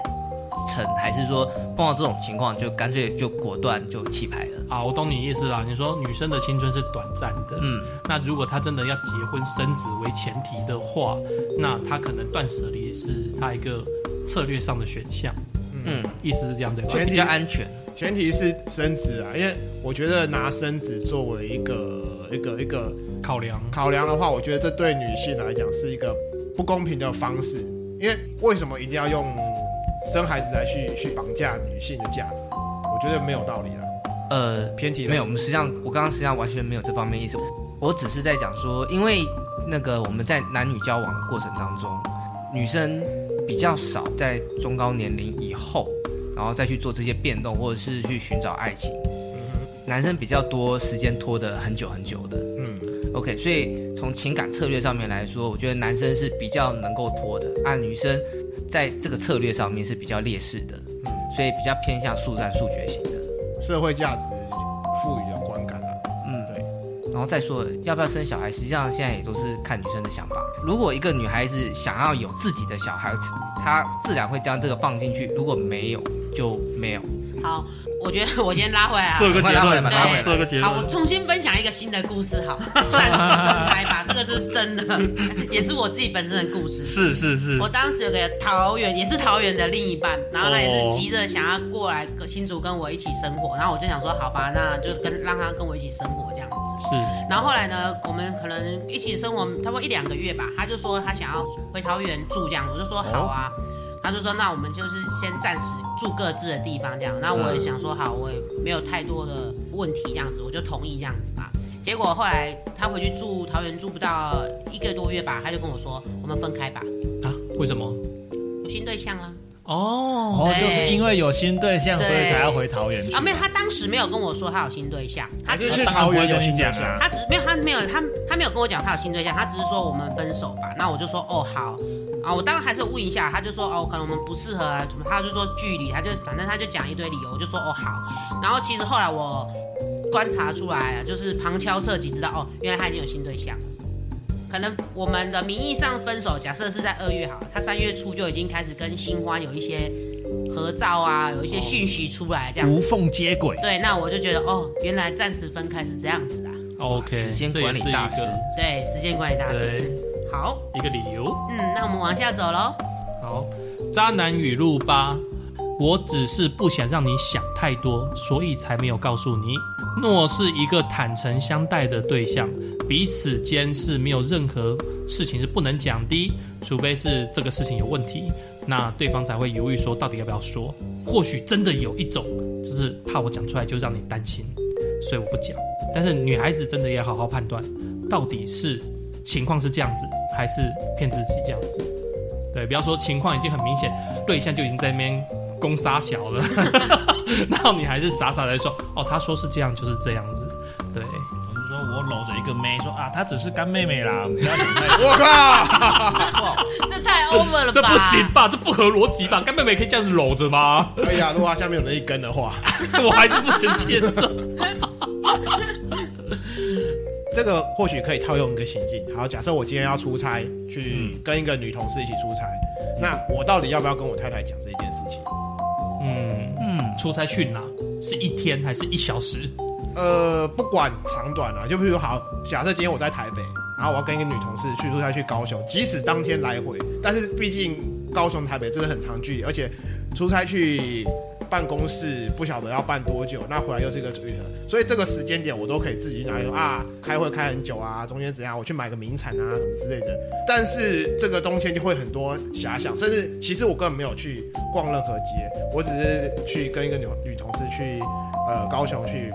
C: 逞，还是说碰到这种情况就干脆就果断就弃牌了。
E: 啊，我懂你意思啦。你说女生的青春是短暂的，
C: 嗯，
E: 那如果她真的要结婚生子为前提的话，那她可能断舍离是她一个策略上的选项。
C: 嗯，
E: 意思是这样对吧？
D: 前提
C: 比较安全。
D: 前提是生子啊，因为我觉得拿生子作为一个一个一个
E: 考量
D: 考量的话，我觉得这对女性来讲是一个不公平的方式，因为为什么一定要用生孩子来去去绑架女性的价值？我觉得没有道理啦，
C: 呃，
D: 偏题了。
C: 没有，我们实际上我刚刚实际上完全没有这方面意思，我只是在讲说，因为那个我们在男女交往的过程当中，女生比较少在中高年龄以后，然后再去做这些变动，或者是去寻找爱情，男生比较多时间拖得很久很久的。
D: 嗯，
C: OK，所以从情感策略上面来说，我觉得男生是比较能够拖的，啊，女生在这个策略上面是比较劣势的，所以比较偏向速战速决型的。
D: 社会价值赋予的观感啦。
C: 嗯，对。然后再说了，要不要生小孩，实际上现在也都是看女生的想法。如果一个女孩子想要有自己的小孩，她自然会将这个放进去；如果没有，就没有。
A: 好，我觉得我先拉回来啊。
B: 做个
C: 快
B: 结
C: 拉回来
B: 论
C: 吧，
A: 对
C: 拉回来。
B: 做个结
A: 好，我
B: 论。
A: 重新分享一个新的故事，好，暂时分开吧，这个是真的， [LAUGHS] 也是我自己本身的故事。
B: 是是是
A: 我，当时有个桃园，也是桃园的另一半，然后他也
B: 哦
A: 是急着想要过来跟新竹跟我一起生活，然后我就想说，好吧，那就跟让他跟我一起生活这样子。
E: 是
A: 然后后来呢，我们可能一起生活差不多一两个月吧，他就说他想要回桃园住这样，我就说好啊，
D: 哦
A: 他就说那我们就是先暂时住各自的地方这样，那我也想说好，我也没有太多的问题这样子，我就同意这样子吧。结果后来他回去住桃园住不到一个多月吧，他就跟我说我们分开吧，
E: 啊？为什么？
A: 有新对象了
E: 哦，
B: 哦，就是因为有新对象，所
A: 对
B: 以才要回桃园去
A: 啊？没有，他当时没有跟我说他有新对象，他
D: 还
A: 只
D: 是
A: 是
D: 去桃园有
B: 跟
D: 新
B: 你
D: 对
B: 讲
D: 象？
B: 啊，
A: 他只是没有，他没有，他他没有跟我讲他有新对象，他只是说我们分手吧。那我就说哦好啊，我当然还是有问一下，他就说哦可能我们不适合啊什么，他就说距离，他就反正他就讲一堆理由，我就说哦好。然后其实后来我观察出来了，啊就是旁敲侧击知道哦，原来他已经有新对象了。可能我们的名义上分手，假设是在二月好了，他三月初就已经开始跟新欢有一些合照啊，有一些讯息出来这样。
B: 无缝接轨。
A: 对，那我就觉得哦，原来暂时分开是这样子啦。
E: OK，
C: 时间
E: 这也
C: 管
E: 是
C: 理
E: 一
C: 大师
E: 个
A: 对，时间管理大师。
E: 对
A: 好，
E: 一个理由。
A: 嗯，那我们往下走 [LAUGHS] 喽。
E: 好，渣男语录八，我只是不想让你想太多，所以才没有告诉你。若是一个坦诚相待的对象，彼此间是没有任何事情是不能讲的，除非是这个事情有问题，那对方才会犹豫说到底要不要说。或许真的有一种，就是怕我讲出来就让你担心，所以我不讲。但是女孩子真的也好好判断，到底是情况是这样子，还是骗自己这样子。对，不要说情况已经很明显，对象就已经在那边攻杀小了， [LAUGHS] 然后你还是傻傻的说，哦，他说是这样，就是这样子，对， [LAUGHS]
B: 我就说我搂着一个妹说啊，她只是干妹妹啦，不要想太多。
D: 我靠！
A: 这太 over 了吧？
E: [LAUGHS] 这不行吧？这不合逻辑吧？干妹妹可以这样子搂着吗？
D: 可以啊，如果它下面有那一根的话，
E: 我还是不能
D: [LAUGHS]
E: 接受。
F: 这个或许可以套用一个情境。好，假设我今天要出差，去跟一个女同事一起出差，那我到底要不要跟我太太讲这件事情？
E: 嗯，
B: 嗯，
E: 出差去哪？是一天还是一小时？
D: 呃，不管长短啊，就比如好，假设今天我在台北，然后我要跟一个女同事去出差去高雄，即使当天来回，但是毕竟高雄台北真的很长距离，而且出差去办公室不晓得要办多久，那回来又是一个距离了，所以这个时间点我都可以自己去拿来说啊，开会开很久啊，中间怎样，我去买个名产啊什么之类的。但是这个中间就会很多遐想，甚至其实我根本没有去逛任何街，我只是去跟一个女女同事去呃高雄去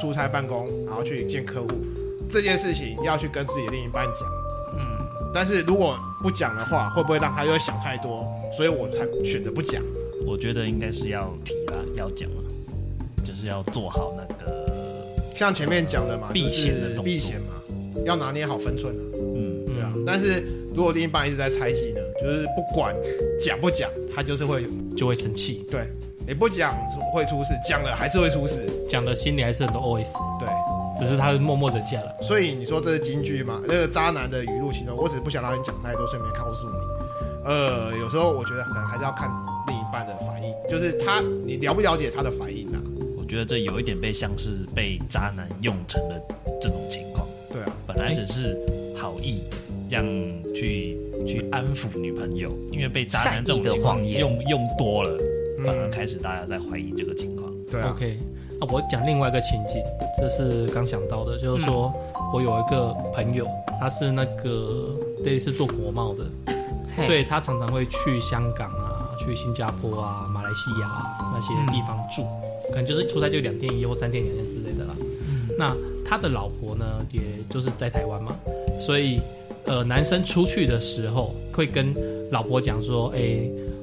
D: 出差办公，然后去见客户，这件事情要去跟自己的另一半讲。嗯，但是如果不讲的话，会不会让他又想太多？所以我才选择不讲。
B: 我觉得应该是要提啦，要讲啦，就是要做好那个
D: 像前面讲的嘛，
B: 避嫌的
D: 就是
B: 动作
D: 避嫌嘛，要拿捏好分寸啊。
B: 嗯，
D: 对啊
E: 嗯，，
D: 但是如果另一半一直在猜忌呢，就是不管讲不讲，他就是会
E: 就会生气，
D: 对，你不讲会出事，讲了还是会出事，
E: 讲的心里还是很多 OS，
D: 对。
E: 只是他默默忍下来。
D: 所以你说这是京剧吗？这个渣男的语录其中，我只是不想让你讲太多，所以没告诉你。呃，有时候我觉得可能还是要看另一半的反应，就是他你了不了解他的反应啊？
B: 我觉得这有一点被像是被渣男用成的这种情况，
D: 对啊，
B: 本来只是好意这样去去安抚女朋友，因为被渣男这种情
C: 善
B: 况
C: 意的谎言
B: 用用多了，反而
D: 嗯，
B: 开始大家在怀疑这个情况。
D: 对啊，
E: OK，那我讲另外一个情景，这是刚想到的，就是说、我有一个朋友，他是那个类似做国贸的，
C: 嘿
E: 所以他常常会去香港啊、去新加坡啊、马来西亚、啊、那些地方住，可能就是出差就两天一夜或三天两夜之类的啦。那他的老婆呢，也就是在台湾嘛，所以呃，男生出去的时候会跟老婆讲说，哎、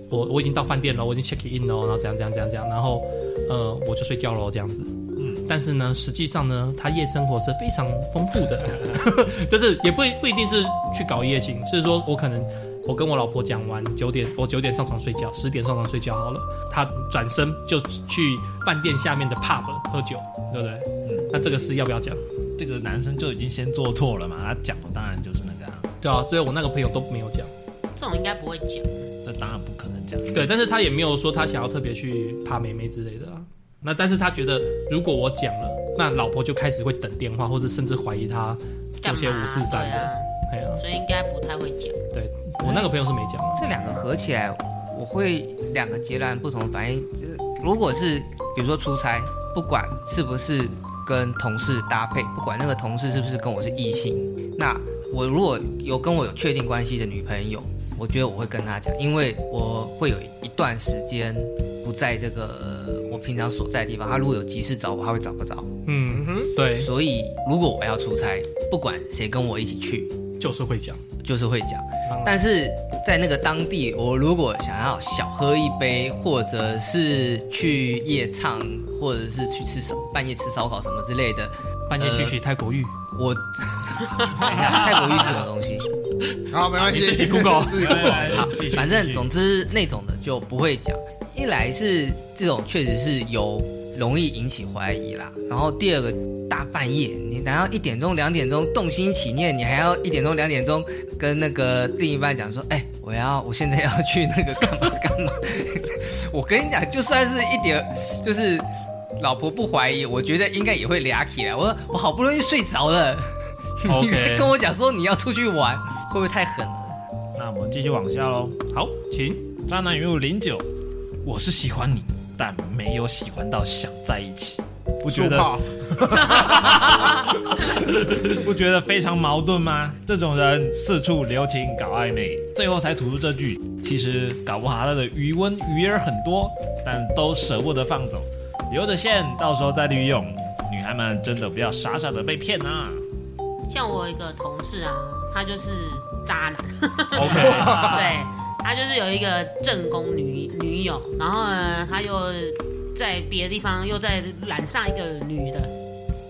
E: 我我已经到饭店了，我已经 check in 了，然后怎样怎样怎样怎样，然后呃，我就睡觉喽这样子。嗯，但是呢，实际上呢，他夜生活是非常丰富的， [LAUGHS] 就是也不一不一定是去搞夜情，是说我可能我跟我老婆讲完九点，我九点上床睡觉，十点上床睡觉好了，他转身就去饭店下面的 pub 喝酒，对不对？
B: 嗯
E: 那这个事要不要讲？
B: 这个男生就已经先做错了嘛，他讲的当然就是那个、啊，
E: 对啊，所以我那个朋友都没有讲，
A: 这种应该不会讲。
B: 这当然不可能讲。
E: 对，但是他也没有说他想要特别去爬妹妹之类的啊。那但是他觉得如果我讲了，那老婆就开始会等电话，或者甚至怀疑他
A: 干
E: 做
A: 嘛
E: 些五四三
A: 对啊
E: 的。哎呀、
A: 所以应该不太会讲。
E: 对我那个朋友是没讲啊。
C: 这两个合起来，我会两个截然不同的反应。就是如果是比如说出差，不管是不是跟同事搭配，不管那个同事是不是跟我是异性，那我如果有跟我有确定关系的女朋友，我觉得我会跟她讲，因为我会有一段时间不在这个呃我平常所在的地方，她如果有急事找我，她会找不着。
E: 嗯哼，对，
C: 所以如果我要出差，不管谁跟我一起去，
E: 就是会讲。
C: 就是会讲
E: 当然。
C: 但是在那个当地，我如果想要小喝一杯，或者是去夜唱，或者是去吃烧半夜吃烧烤什么之类的，
E: 半夜去学泰国浴，
C: 我 [LAUGHS] 等一下泰国浴是什么东西？
D: 好，没关系，
E: 你自己 Google
D: [LAUGHS] 自己
B: 来
D: Google。
B: 来来继续
C: 反正
B: 继续
C: 总之那种的就不会讲。一来是这种确实是有容易引起怀疑啦，然后第二个大半夜，你难道一点钟、两点钟动心起念，你还要一点钟、两点钟跟那个另一半讲说，哎，我要我现在要去那个干嘛干嘛？我跟你讲，就算是一点，就是老婆不怀疑，我觉得应该也会俩起来。我我好不容易睡着了你
E: OK
C: 再跟我讲说你要出去玩，会不会太狠了？
B: 那我们继续往下喽。
E: 好，请。
B: 渣男语录零九，我是喜欢你，但没有喜欢到想在一起。不觉
D: 树
B: 得
D: 炮，
B: 不觉得非常矛盾吗？这种人四处留情搞暧昧，最后才吐出这句。其实搞不好他的余温鱼儿很多，但都舍不得放走，留着线，到时候再利用。女孩们真的不要傻傻的被骗啊！
E: [LAUGHS]
A: 像我有一个同事啊，他就是渣男，
B: OK，
A: 对。他就是有一个正宫女女友，然后呢，他又在别的地方又再染上一个女的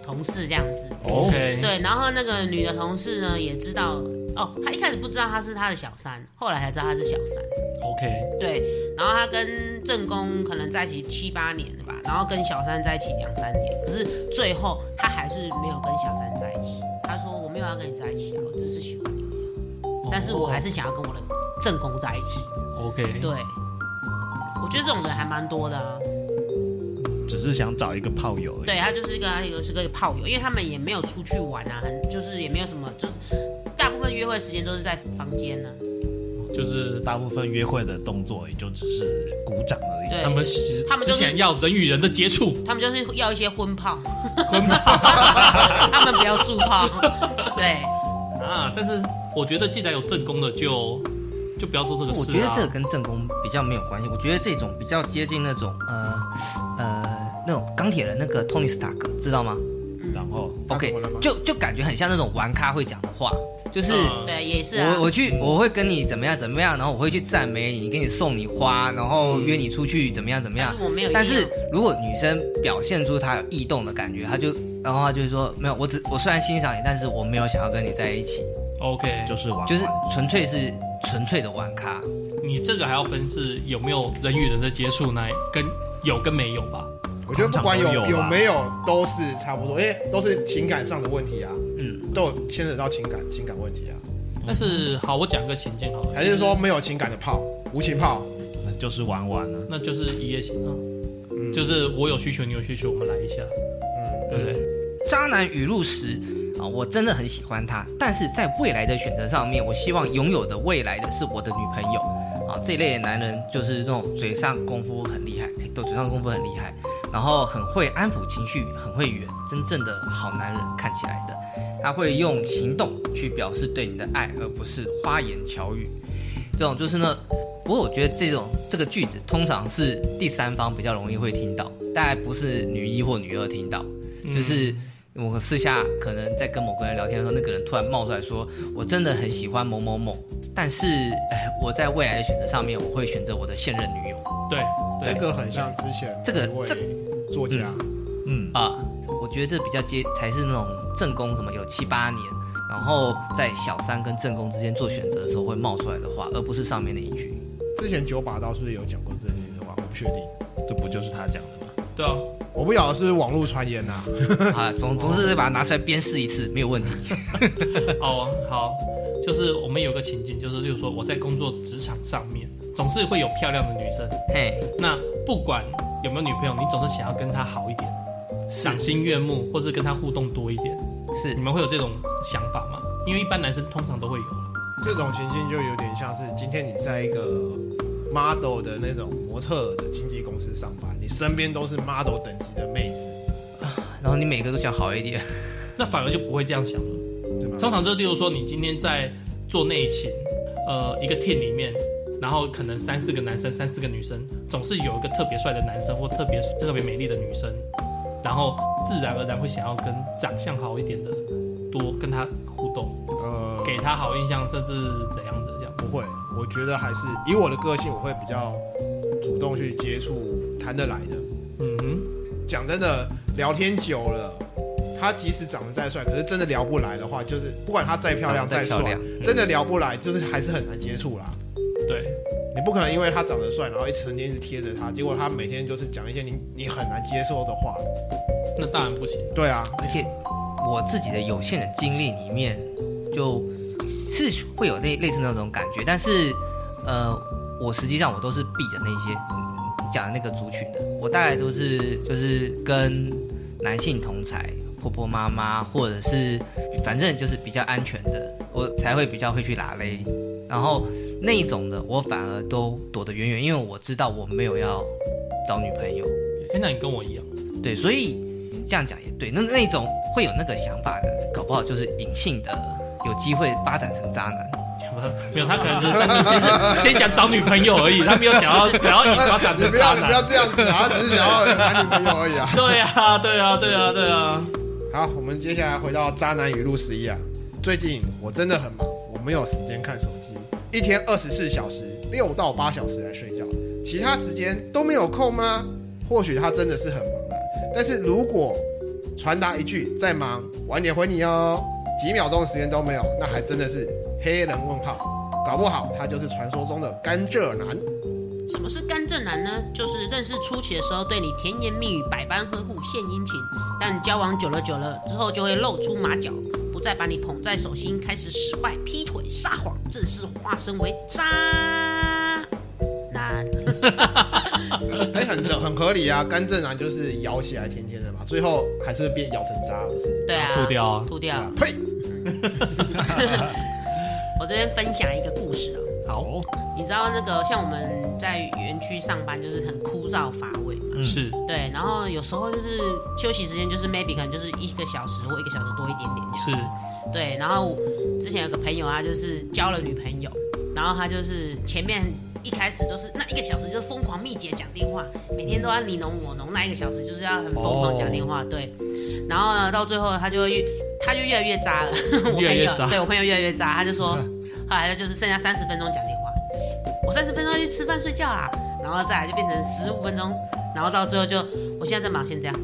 A: 同事这样子。
E: OK，
A: 对，然后那个女的同事呢也知道，哦，她一开始不知道她是他的小三，后来才知道她是小三。
E: ，OK，
A: 对，然后她跟正宫可能在一起七八年了吧，然后跟小三在一起两三年，可是最后她还是没有跟小三在一起。她说我没有要跟你在一起啊，我只是喜欢你而已
E: 哦
A: 啊，但是我还是想要跟我的正宫在一起。
E: OK，
A: 对，我觉得这种人还蛮多的啊。
B: 只是想找一个炮友而已。
A: 对他就是一个有是个炮友，因为他们也没有出去玩啊，很就是也没有什么，就是大部分约会时间都是在房间呢、
E: 就是
B: 大部分约会的动作也就只是鼓掌而已。
A: 对，
E: 他们之
A: 他们
E: 之
A: 就是
E: 前要人与人的接触，
A: 他们就是要一些婚炮，
E: 婚吧
A: [LAUGHS] 他们不要速炮。对，
E: 啊！但是我觉得既然有正宫的就，就不要做这个事、啊。
C: 我觉得这个跟正宫比较没有关系，我觉得这种比较接近那种呃呃那种钢铁人那个 Tony Stark，知道吗
B: 然后
C: ？OK，
D: 怎么了吗
C: 就就感觉很像那种玩咖会讲的话，就是。
E: 嗯
A: 对，也是啊
C: 我。我去我会跟你怎么样怎么样，然后我会去赞美你，给你送你花，然后约你出去怎么样怎么样。
A: 但是我没有
C: 但
A: 意
C: 是
A: 愿
C: 如果女生表现出她有异动的感觉，她就然后她就会说没有，我只我虽然欣赏你，但是我没有想要跟你在一起，
E: OK，就
B: 就是玩玩，
C: 就是纯粹是纯粹的玩咖。
E: 你这个还要分是有没有人与人的接触那一跟有跟没有吧？
D: 我觉得不管有
B: 通常都有
D: 有
B: 吧
D: 没有都是差不多，因为都是情感上的问题啊，
C: 嗯，
D: 都有牵扯到情感情感问题啊，
E: 但是好，我讲个情境好了，
D: 还是说没有情感的炮，无情炮，
B: 就是玩玩啊。
E: 那就是一夜情啊，
D: 嗯
E: 就是我有需求，你有需求，我们来一下，
D: 嗯，
E: 对不对？
C: 渣男语录十啊，我真的很喜欢他，但是在未来的选择上面，我希望拥有的未来的是我的女朋友啊。这一类的男人就是这种嘴上功夫很厉害，哎，对，嘴上功夫很厉害，然后很会安抚情绪，很会圆，真正的好男人看起来的，他会用行动去表示对你的爱，而不是花言巧语。这种就是呢，不过我觉得这种这个句子通常是第三方比较容易会听到，大概不是女一或女二听到。就是我私下可能在跟某个人聊天的时候，那个人突然冒出来说：“我真的很喜欢某某某，但是哎，我在未来的选择上面，我会选择我的现任女友
E: 对
D: 这
E: 对
D: 个很像之前
C: 这个
D: 一
C: 这
D: 位作家，
B: 嗯，
C: 啊。”我觉得这比较接才是那种正宫什么有七八年，然后在小三跟正宫之间做选择的时候会冒出来的话，而不是上面那一句。
D: 之前九把刀是不是有讲过这件事话？我不确定，
B: 这不就是他讲的吗？
E: 对啊，
D: 我不晓得是不是网络传言呐，
C: 啊，总总是把它拿出来鞭尸一次没有问题。
E: 哦好，就是我们有个情境，就是例如说我在工作职场上面，总是会有漂亮的女生，
C: 嘿，
E: 那不管有没有女朋友，你总是想要跟她好一点，
C: 是
E: 赏心悦目，或是跟她互动多一点，
C: 是
E: 你，们会有这种想法吗？因为一般男生通常都会有。啊
D: 这种情境就有点像是今天你在一个 model 的那种模特儿的经纪公司上班，你身边都是 model 等级的妹子，
C: 然后你每个都想好一点，
E: 那反而就不会这样想了。
D: 对吗？
E: 通常就例如说，你今天在做内勤，呃，一个 team 里面，然后可能三四个男生，三四个女生，总是有一个特别帅的男生或特别特别美丽的女生，然后自然而然会想要跟长相好一点的多跟他互动，
D: 呃，
E: 给他好印象，甚至怎样的这样。
D: 不会，我觉得还是以我的个性，我会比较主动去接触谈得来的。
E: 嗯哼，
D: 讲真的，聊天久了，他即使长得再帅，可是真的聊不来的话，就是不管他再漂亮
C: 长得再
D: 帅
C: 漂亮，嗯
D: 真的聊不来，就是还是很难接触啦。
E: 对，
D: 你不可能因为他长得帅，然后一成天一直贴着他，结果他每天就是讲一些你你很难接受的话。
E: 那当然不行。
D: 对啊，
C: 而且我自己的有限的经历里面，就是会有那类似那种感觉，但是呃，我实际上我都是避着那些你讲的那个族群的，我大概都是就是跟男性同才、婆婆妈妈，或者是反正就是比较安全的，我才会比较会去拉勒，然后那一种的我反而都躲得远远，因为我知道我没有要找女朋友。
E: 哎，那你跟我一样，
C: 对，所以这样讲也对。那那种会有那个想法的，搞不好就是隐性的，有机会发展成渣男。
E: 没有，他可能就是三四先先想找女朋友而已，他没有想要，然后你就要长
D: 你 [LAUGHS]
E: 成
D: 不
E: 渣
D: 要你不要
E: 男。
D: 这样子啊，只是想要有男女朋友而已啊。
E: 对啊，对啊，对啊，对啊。
D: 好，我们接下来回到渣男语录十一啊。最近我真的很忙，我没有时间看手机，一天二十四小时，六到八小时来睡觉，其他时间都没有空吗？或许他真的是很忙啊，但是如果传达一句在忙，晚点回你哦，几秒钟的时间都没有，那还真的是黑人问号，搞不好他就是传说中的甘蔗男。
A: 什么是甘蔗男呢？就是认识初期的时候对你甜言蜜语、百般呵护、献殷勤，但交往久了久了之后就会露出马脚，不再把你捧在手心，开始使坏、劈腿、撒谎，正式化身为渣男。
D: 哎、很很合理啊，甘蔗男就是摇起来甜甜的嘛，最后还是会变咬成渣，不是？
A: 对啊，
E: 吐掉啊
A: 吐掉。
D: 呸！
A: 我这边分享一个故事啊，
B: 好，
A: 你知道那个像我们在园区上班就是很枯燥乏味嘛，
B: 嗯
E: 是
A: 对，然后有时候就是休息时间就是 maybe 可能就是一个小时或一个小时多一点点这样。
E: 是，
A: 对，然后之前有个朋友啊，就是交了女朋友，然后他就是前面一开始就是那一个小时就是疯狂密集地讲电话，每天都要你侬我侬，那一个小时就是要很疯狂地讲电
E: 哦
A: 话，对。然后呢，到最后他就会越，他就越来越渣了。我朋
E: 越来
A: 友
E: 越渣
A: 对我朋友越来越渣，他就
E: [LAUGHS]
A: 说，后来就是剩下三十分钟讲电话，我三十分钟要去吃饭睡觉啦，然后再来就变成十五分钟，然后到最后就我现在在忙，先这样，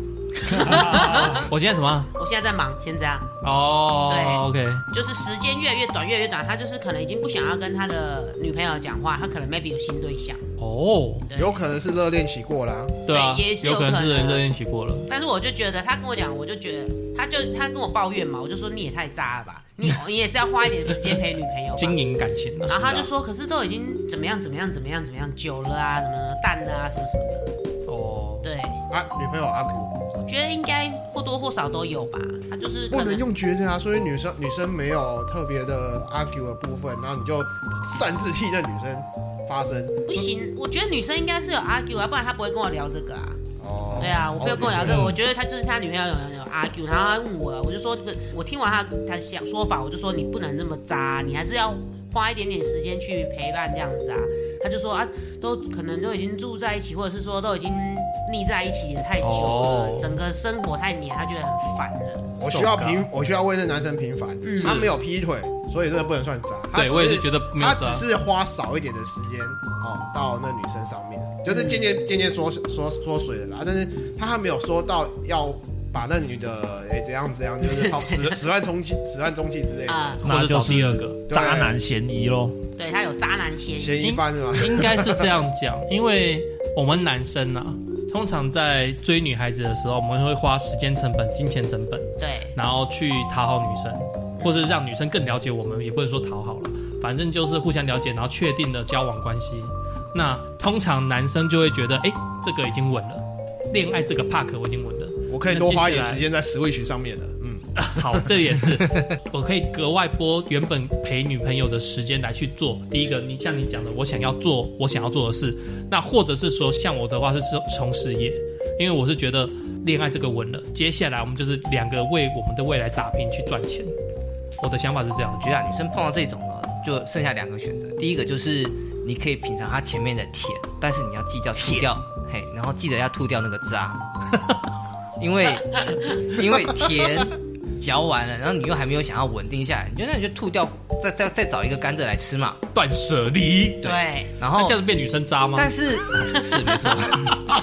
E: 我现在什么？
A: 我现在在忙，先这样。
E: 哦，对，OK，
A: 就是时间越来越短，越来越短，他就是可能已经不想要跟他的女朋友讲话，他可能 maybe 有新对象。
E: 哦，
A: 对
D: 有可能是热恋期过啦、
E: 对啊
A: 对也，是有
E: 有可能
A: 可
E: 是
A: 能
E: 人热恋期过了，
A: 但是我就觉得他跟我讲，我就觉得他就他跟我抱怨嘛，我就说你也太渣了吧，你 [LAUGHS] 你也是要花一点时间陪女朋
D: [LAUGHS]
A: 友吧。
E: 经营感情啊。
A: 然后他就是说，可是都已经怎么样怎么样怎么样怎么样久了啊，什么什么淡了啊，什么什么的。
E: 啊哦，
A: 对，
D: 啊，女朋友阿 Q
A: 我觉得应该或多或少都有吧。他就是
D: 不
A: 可
D: 能用绝对啊，所以女生女生没有特别的阿 Q 的部分，然后你就擅自替那女生发声。
A: 不行，我觉得女生应该是有 argue 啊，不然他不会跟我聊这个啊。
D: 哦，
A: 对哦啊，我不要跟我聊这个，
B: 嗯
A: 我觉得他就是他女朋友有有 argue，然后他问我，我就说这个，我听完他他想说法，我就说你不能这么渣，你还是要花一点点时间去陪伴这样子啊。他就说啊，都可能都已经住在一起，或者是说都已经腻在一起也太久了，
E: 哦
A: 整个生活太黏，他觉得很烦了。
D: 我需要平，我需要为这男生平反，
A: 嗯
D: 他没有劈腿，所以这个不能算渣。他
E: 对
D: 只
E: 我也是觉得没有啊
D: 他
E: 渣
D: 只是花少一点的时间哦到那女生上面，就是渐渐渐渐缩缩缩水了啦。但是他还没有说到要把那女的哎、怎样怎样，
E: [LAUGHS]
D: 就是好始始乱终弃始乱终弃之类的，
A: 啊、
E: 或
B: 那
E: 者
B: 就
E: 找
B: 是
E: 第二个，
B: 渣男嫌疑喽。
A: 对他有渣男嫌疑，
D: 嫌疑犯是吧？
E: 应该是这样讲，因为我们男生啊，通常在追女孩子的时候，我们会花时间成本、金钱成本，
A: 对，
E: 然后去讨好女生，或是让女生更了解我们，也不能说讨好了，反正就是互相了解，然后确定了交往关系。那通常男生就会觉得，哎，这个已经稳了，恋爱这个 park 我已经稳了。
D: 我可以多花一点时间在 Switch 上面了。嗯，
E: 好，这也是，我可以格外拨原本陪女朋友的时间来去做。第一个，你像你讲的，我想要做我想要做的事，那或者是说，像我的话是从从事业，因为我是觉得恋爱这个稳了，接下来我们就是两个为我们的未来打拼去赚钱。我的想法是这样
C: 我，觉得啊，女生碰到这种呢，就剩下两个选择。第一个就是你可以品尝它前面的甜，但是你要记掉吐掉，嘿，然后记得要吐掉那个渣， [LAUGHS] 因为因为甜嚼完了，然后你又还没有想要稳定下来，你就那你就吐掉，再再再找一个甘蔗来吃嘛。
E: 断舍离，
A: 对，
C: 然
E: 那
C: 后
E: 这样子变女生渣吗？
C: 哦但是是没错，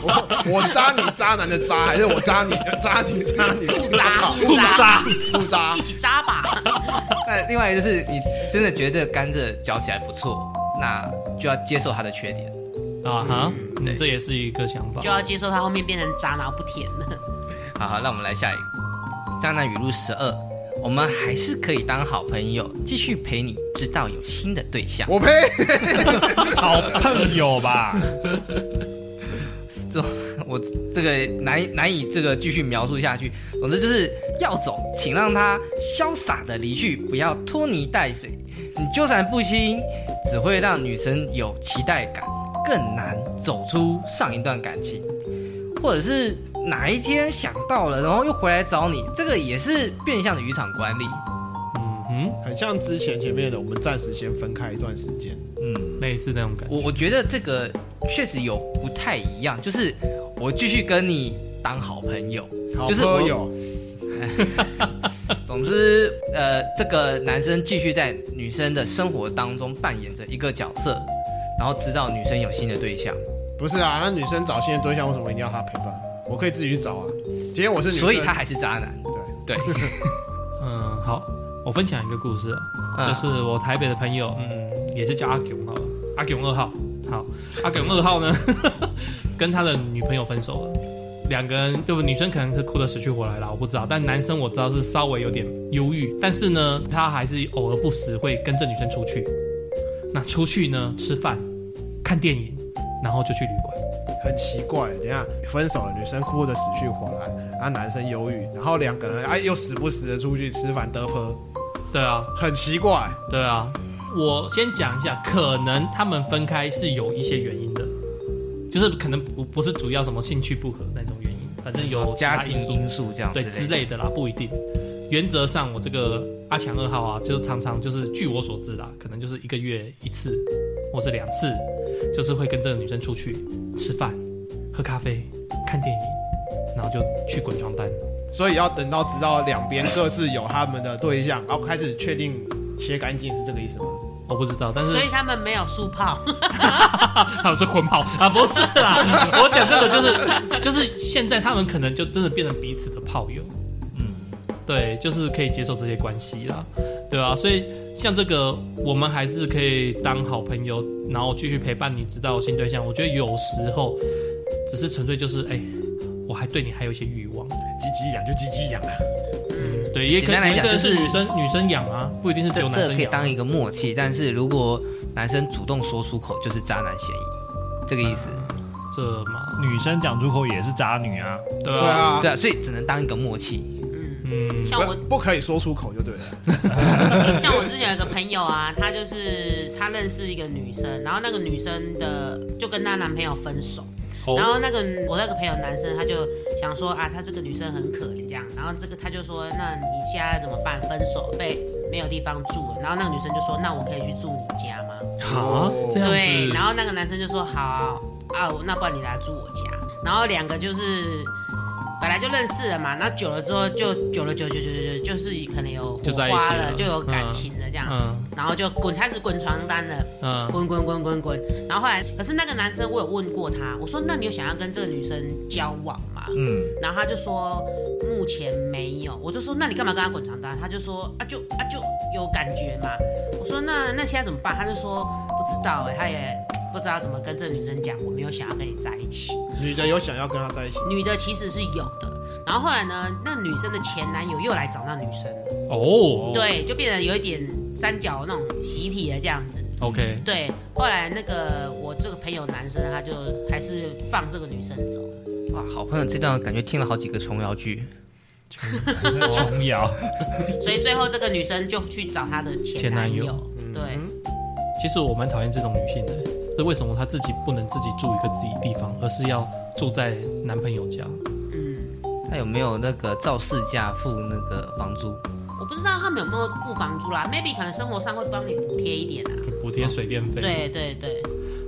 D: 我我渣你渣男的渣，还是我渣你的渣你渣你
A: 不渣
E: 不渣，
D: 不渣
A: 一？起渣吧，
C: [LAUGHS] 那另外就是你真的觉得这个甘蔗嚼起来不错，那就要接受它的缺点。
E: 啊哈，
C: 对
E: 嗯这也是一个想法
A: 就。要接受他后面变成渣，然后不甜了。
C: 好好，那我们来下一个《渣男语录》十二，我们还是可以当好朋友，继续陪你，直到有新的对象。
D: 我呸！
B: 好朋友吧，
C: 我这个难难以这个继续描述下去。总之就是要走，请让他潇洒的离去，不要拖泥带水。你纠缠不清，只会让女生有期待感，更难走出上一段感情。或者是哪一天想到了，然后又回来找你，这个也是变相的渔场管理。
E: 嗯哼，
F: 很像之前前面的，我们暂时先分开一段时间。
B: 嗯，
E: 类似那种感觉。
C: 我我觉得这个确实有不太一样，就是我继续跟你当好朋友。
D: 好
C: 就是
D: 喝
C: 我
D: 友，
C: 总之，呃，这个男生继续在女生的生活当中扮演着一个角色，然后知道女生有新的对象，
D: 不是啊，那女生找新的对象，为什么一定要她陪伴？我可以自己去找啊。今天我是女生，
C: 所以他还是渣男。对对，
E: 嗯，好，我分享一个故事，
C: 嗯
E: 就是我台北的朋友，嗯，也是叫阿囧好了，阿囧二号，好，阿囧二号呢， [LAUGHS] 跟他的女朋友分手了，两个人，对不？女生可能是哭得死去活来啦，我不知道，但男生我知道是稍微有点忧郁，但是呢，他还是偶尔不时会跟这女生出去，那出去呢，吃饭、看电影，然后就去旅馆。
D: 很奇怪。等一下分手了，女生哭得死去活来，啊，男生忧郁，然后两个人哎、又时不时的出去吃饭得喝，
E: 对啊，
D: 很奇怪。
E: 对啊，我先讲一下，可能他们分开是有一些原因的，就是可能不不是主要什么兴趣不合那种原因，反正有其他
C: 啊家庭
E: 因素
C: 因素这样
E: 对
C: 之
E: 之
C: 类
E: 类的啦，不一定。原则上，我这个阿强二号啊，就是常常就是据我所知啦，可能就是一个月一次，或是两次，就是会跟这个女生出去吃饭、喝咖啡、看电影，然后就去滚床单。
D: 所以要等到直到两边各自有他们的对象，然后开始确定切干净，是这个意思吗？
E: 我不知道，但是
A: 所以他们没有速泡，
E: 他们是混跑啊，不是啦，
C: [LAUGHS]
E: 我讲这个就是就是现在他们可能就真的变成彼此的炮友，
B: 嗯，
E: 对，就是可以接受这些关系啦，对啊，所以像这个我们还是可以当好朋友，然后继续陪伴你，直到有新对象。我觉得有时候只是纯粹就是哎、我还对你还有一些欲望，
F: 鸡鸡痒就鸡鸡痒啊，
A: 嗯，
E: 对，也可
C: 简单来
E: 能有
C: 讲
E: 的
C: 就是是
E: 女生女生养啊，不一定是只有
C: 这
E: 男
C: 这
E: 生
C: 可以
E: 养啊。
C: 当一个默契，但是如果男生主动说出口，就是渣男嫌疑，这个意思。
E: 这嘛，
B: 女生讲出口也是渣女啊，
D: 对
E: 对啊，
D: 啊
C: 对，啊，所以只能当一个默契。
A: 嗯，
E: 嗯，
A: 像我
D: 不不可以说出口就对了。
A: [LAUGHS] 像我之前有一个朋友啊，她就是她认识一个女生，然后那个女生的就跟她男朋友分手，
E: 哦
A: 然后那个我那个朋友男生他就想说啊，她这个女生很可怜这样，然后这个他就说，那你现在怎么办？分手被没有地方住了，然后那个女生就说，那我可以去住你家吗？
E: 好啊这样
A: 对，
E: 子
A: 然，后那个男生就说好啊啊，我那不然你来住我家。然后两个就是本来就认识了嘛，然后久了之后就久了久久久久久就是可能有
E: 就
A: 火
E: 在一起
A: 花
E: 了
A: 就有感
E: 嗯
A: 情了这样，
E: 嗯
A: 然后就滚开始滚床单了，
E: 嗯，
A: 滚滚滚滚滚。然后后来，可是那个男生我有问过他，我说那你有想要跟这个女生交往吗？
B: 嗯， [LAUGHS]
A: 然后他就说目前没有，我就说那你干嘛跟他滚床单？他就说啊就啊就有感觉嘛。我说那那现在怎么办？他就说不知道哎、他也不知道怎么跟这女生讲，我没有想要跟你在一起。
D: 女的有想要跟他在一起，
A: 女的其实是有的。然后后来呢，那女生的前男友又来找那女生，
E: 哦
A: 对，就变得有一点三角那种习体的这样子。
E: ，OK，
A: 对，后来那个我这个朋友男生他就还是放这个女生走了。
C: 哇，好朋友这段感觉听了好几个琼瑶剧。
B: 琼 [LAUGHS] 瑶，
A: 所以最后这个女生就去找她的前
E: 前
A: 男
E: 男
A: 友嗯
E: 友。
D: 嗯
A: 对，
E: 其实我蛮讨厌这种女性的，是为什么她自己不能自己住一个自己地方，而是要住在男朋友家？
A: 嗯，
C: 他有没有那个肇事假付那个房租？
A: 我不知道他们有没有付房租啦，maybe 可能生活上会帮你补贴一点啊。
E: 补贴水电费？，
A: 对对对，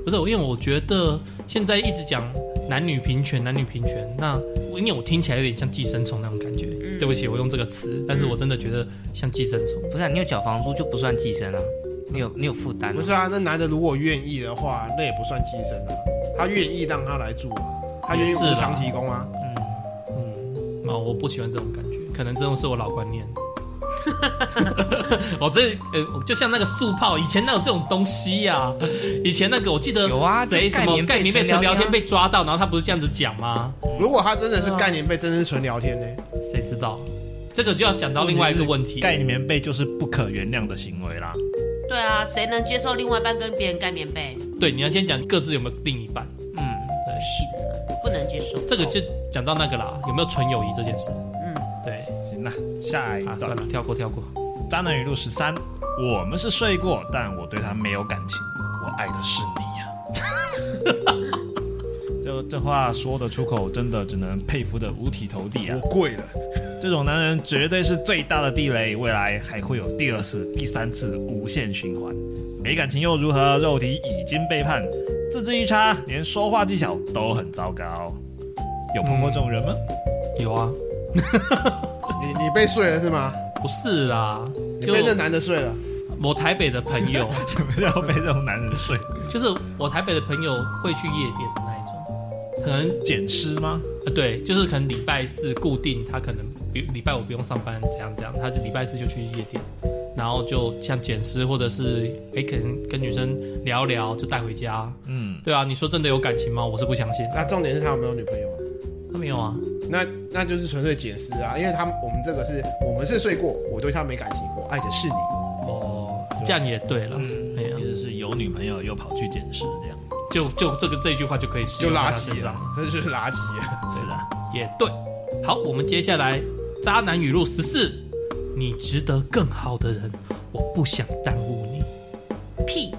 E: 不是，因为我觉得现在一直讲男女平权，男女平权，那因为我听起来有点像寄生虫那种感觉。
A: 嗯
E: 对不起，我用这个词，但是我真的觉得像寄生虫。
C: 不是、啊，你有缴房租就不算寄生啊，你有你有负担、
F: 不
C: 啊。
F: 是啊，那男的如果愿意的话，那也不算寄生啊，他愿意让他来住啊，他愿意
E: 也是啦
F: 无偿提供啊，
C: 嗯，
E: 嗯，啊，我不喜欢这种感觉，可能这种是我老观念。 [LAUGHS] 我这呃，就像那个速泡，以前哪有这种东西呀、以前那个我记得
C: 有啊
E: 谁
C: 就
E: 什
C: 盖
E: 么
C: 棉被
E: 盖棉被
C: 纯
E: 纯
C: 聊
E: 聊
C: 天啊
E: 天被抓到，然后他不是这样子讲吗？
D: 如果他真的
F: 那是概念被真是纯聊天呢、
E: 谁知道？这个就要讲到另外一个问题。
B: 盖棉被嗯就是不可原谅的行为啦。
A: 对啊，谁能接受另外一半跟别人盖棉被？
E: 对，你要先讲各自有没有另一半，
C: 嗯，
A: 不行啊，不能接受。
E: 这个就讲到那个啦，有没有纯友谊这件事？
A: 嗯，
E: 对，
B: 行啦，下一
E: 啊，
B: 段
E: 算了，跳过跳过。
B: 渣男语录十三，我们是睡过，但我对他没有感情，我爱的是你呀、 [LAUGHS] 这这话说的出口，真的只能佩服的五体投地啊！
D: 我跪了，
B: 这种男人绝对是最大的地雷，未来还会有第二次、第三次，无限循环。没感情又如何？肉体已经背叛，自制一差，连说话技巧都很糟糕。有碰过这种人
E: [LAUGHS]
B: 吗？
E: 有啊，
D: 你你被睡了是吗？
E: 不是啦，
D: 你
E: 就
D: 被那男的睡了，
E: 我台北的朋友，
B: 不要被这种男人睡。 [LAUGHS]
E: 就是我台北的朋友会去夜店的那一种，可能
B: 捡尸吗？
E: 呃对，就是可能礼拜四固定，他可能比礼拜五不用上班，怎样怎样，他就礼拜四就去夜店，然后就像捡尸或者是哎、可能跟女生聊聊就带回家，
B: 嗯，
E: 对啊，你说真的有感情吗？我是不相信，
D: 那重点是他有没有女朋友啊？
E: 他没有啊，
D: 那那就是纯粹解释啊，因为他们我们这个是我们是睡过，我对他没感情，我爱的是你。
E: 哦，这样也对了，哎呀、
B: 也就是有女朋友又跑去捡尸这样，
E: 就就这个这句话就可以适
D: 就
E: 用在
D: 垃
E: 他身
D: 圾
E: 上
D: 啊，这 [LAUGHS] 就是垃圾啊。
B: 是啊，
E: 也对。好，我们接下来渣男语录十四，你值得更好的人，我不想耽误你。
A: 屁，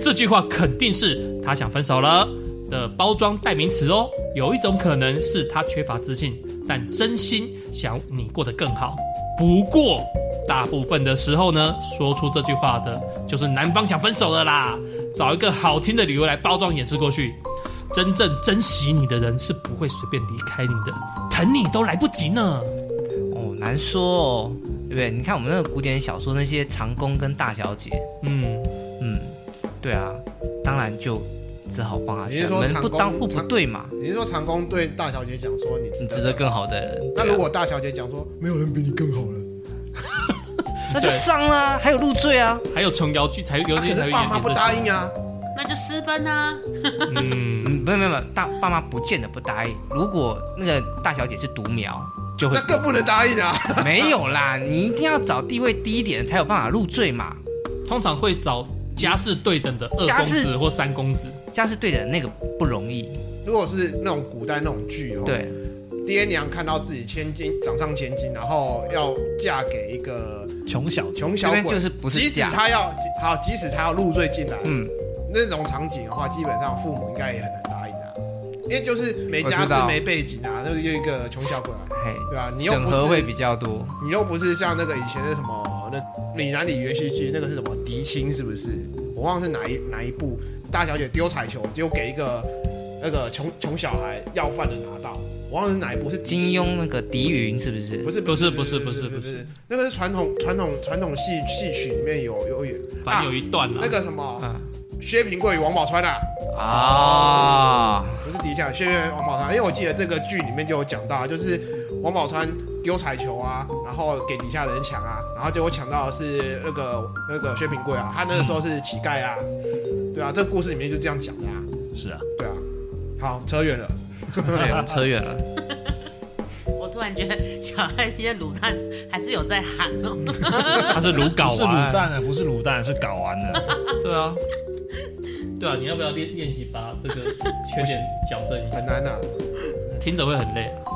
E: 这句话肯定是他想分手了的包装代名词哦。有一种可能是他缺乏自信，但真心想你过得更好。不过，大部分的时候呢，说出这句话的就是男方想分手了啦，找一个好听的理由来包装掩饰过去。真正珍惜你的人是不会随便离开你的，疼你都来不及呢。
C: 哦，难说哦，对不对？你看我们那个古典小说那些长工跟大小姐，
E: 嗯，
C: 嗯，对啊，当然就只好帮他
D: 你是
C: 选，
D: 说
C: 门
D: 长
C: 不当
D: 工
C: 户不
D: 长
C: 对嘛，
D: [LAUGHS] 你是说长工对大小姐讲说你
C: 你
D: 值
C: 值得
D: 得
C: 更好的人。
D: 那
C: 对啊
D: 如果大小姐讲说没有人比你更好了，
C: 那就上啦、还有入赘啊，
E: 还有琼瑶剧才有
D: 啊可
E: 些才
D: 是
E: 会
D: 爸
E: 演
D: 妈
E: 变
D: 不
E: 这
D: 答应啊。
A: 那就私奔啊！
E: 嗯，
C: 嗯，没有没有没有，大爸妈不见得不答应。如果那个大小姐是独苗，就
D: [LAUGHS]
C: 会
D: 那更不能答应啊！ [LAUGHS]
C: 没有啦，你一定要找地位低一点的才有办法入赘嘛。
E: 通常会找家世对等的二
C: 家
E: 公
C: 世
E: 子或三公子。
C: 家是对的那个不容易，
D: 如果是那种古代那种剧哦，，
C: 对，
D: 爹娘看到自己千金掌上千金，然后要嫁给一个
B: 穷小子，
D: 穷
C: 这
D: 小
C: 边就
D: 鬼，
C: 是不
D: 即
C: 是
D: 使
C: 家，
D: 他要好，即使他要入赘进来，
C: 嗯，
D: 那种场景的话，基本上父母应该也很难答应啊，因为就是没家
C: 我知
D: 世
C: 道
D: 没背景啊，那就一个穷小鬼啊，
C: 嘿，
D: 对吧、你又
C: 审
D: 不
C: 核会
D: 是
C: 比较多。
D: 你又不是像那个以前的什么那闽南里元戏剧那个是什么狄青是不是？我忘了是哪一哪一部大小姐丢彩球，结果给一个那个穷穷小孩要饭的拿到，我忘了是哪一部是狄
C: 金
D: 青
C: 庸那个狄云是不是
D: 不？是
E: 不是
D: 不
E: 不是
D: 不
E: 不是不
D: 是
E: 是，
D: 那个是传统传统传统戏戏曲里面有有有
E: 反正有一段了、
D: 那个什么
C: 啊
D: 薛平贵与王宝钏啊。
E: 哦
C: 啊，
D: 不是底下轩辕王宝钏，因为我记得这个剧里面就有讲到，啊就是王宝钏丢彩球啊，然后给底下人抢啊，然后结果抢到的是那个那个薛平贵啊，他那个时候是乞丐啊，对啊，这个故事里面就这样讲的啊，
B: 是啊，
D: 对啊。好，扯远了，
C: 对，我们扯远了。
A: 我突然觉得小爱今天卤蛋还是有在喊哦。
E: 他是卢
B: 不
E: 睾
B: 是卤
E: 丸，
B: 蛋啊的，不是卤蛋，是睾丸的，
E: 对啊，对啊，你要不要练练习把这 [LAUGHS] 个缺点矫正一下？
D: 很难啊，
E: 听着会很累、啊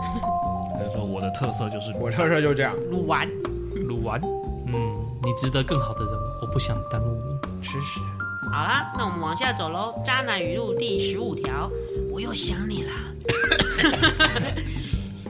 B: 他就说我的特色就是
D: 我特色就这样，
A: 卤完，
E: 卤完，嗯，你值得更好的人，我不想耽误你。
D: 吃屎。
A: 好啦，那我们往下走喽。渣男语录第十五条，我又想你啦。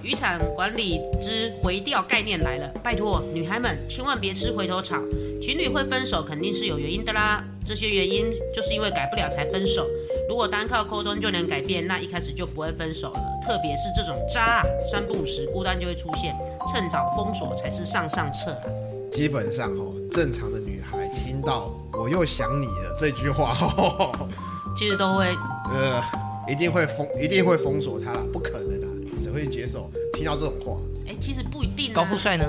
A: 渔场管理之回钓概念来了，拜托女孩们千万别吃回头草，情侣会分手肯定是有原因的啦。这些原因就是因为改不了才分手，如果单靠沟通就能改变，那一开始就不会分手了。特别是这种渣啊，三不五时孤单就会出现，趁早封锁才是上上策啊。
D: 基本上哦，正常的女孩听到“我又想你了”这句话， [LAUGHS] 哦，
A: 其实都会
D: 呃，一定会封，一定会封锁她啦，不可能啊，谁会接受听到这种话？
A: 哎、其实不一定、啊。
C: 高富帅呢？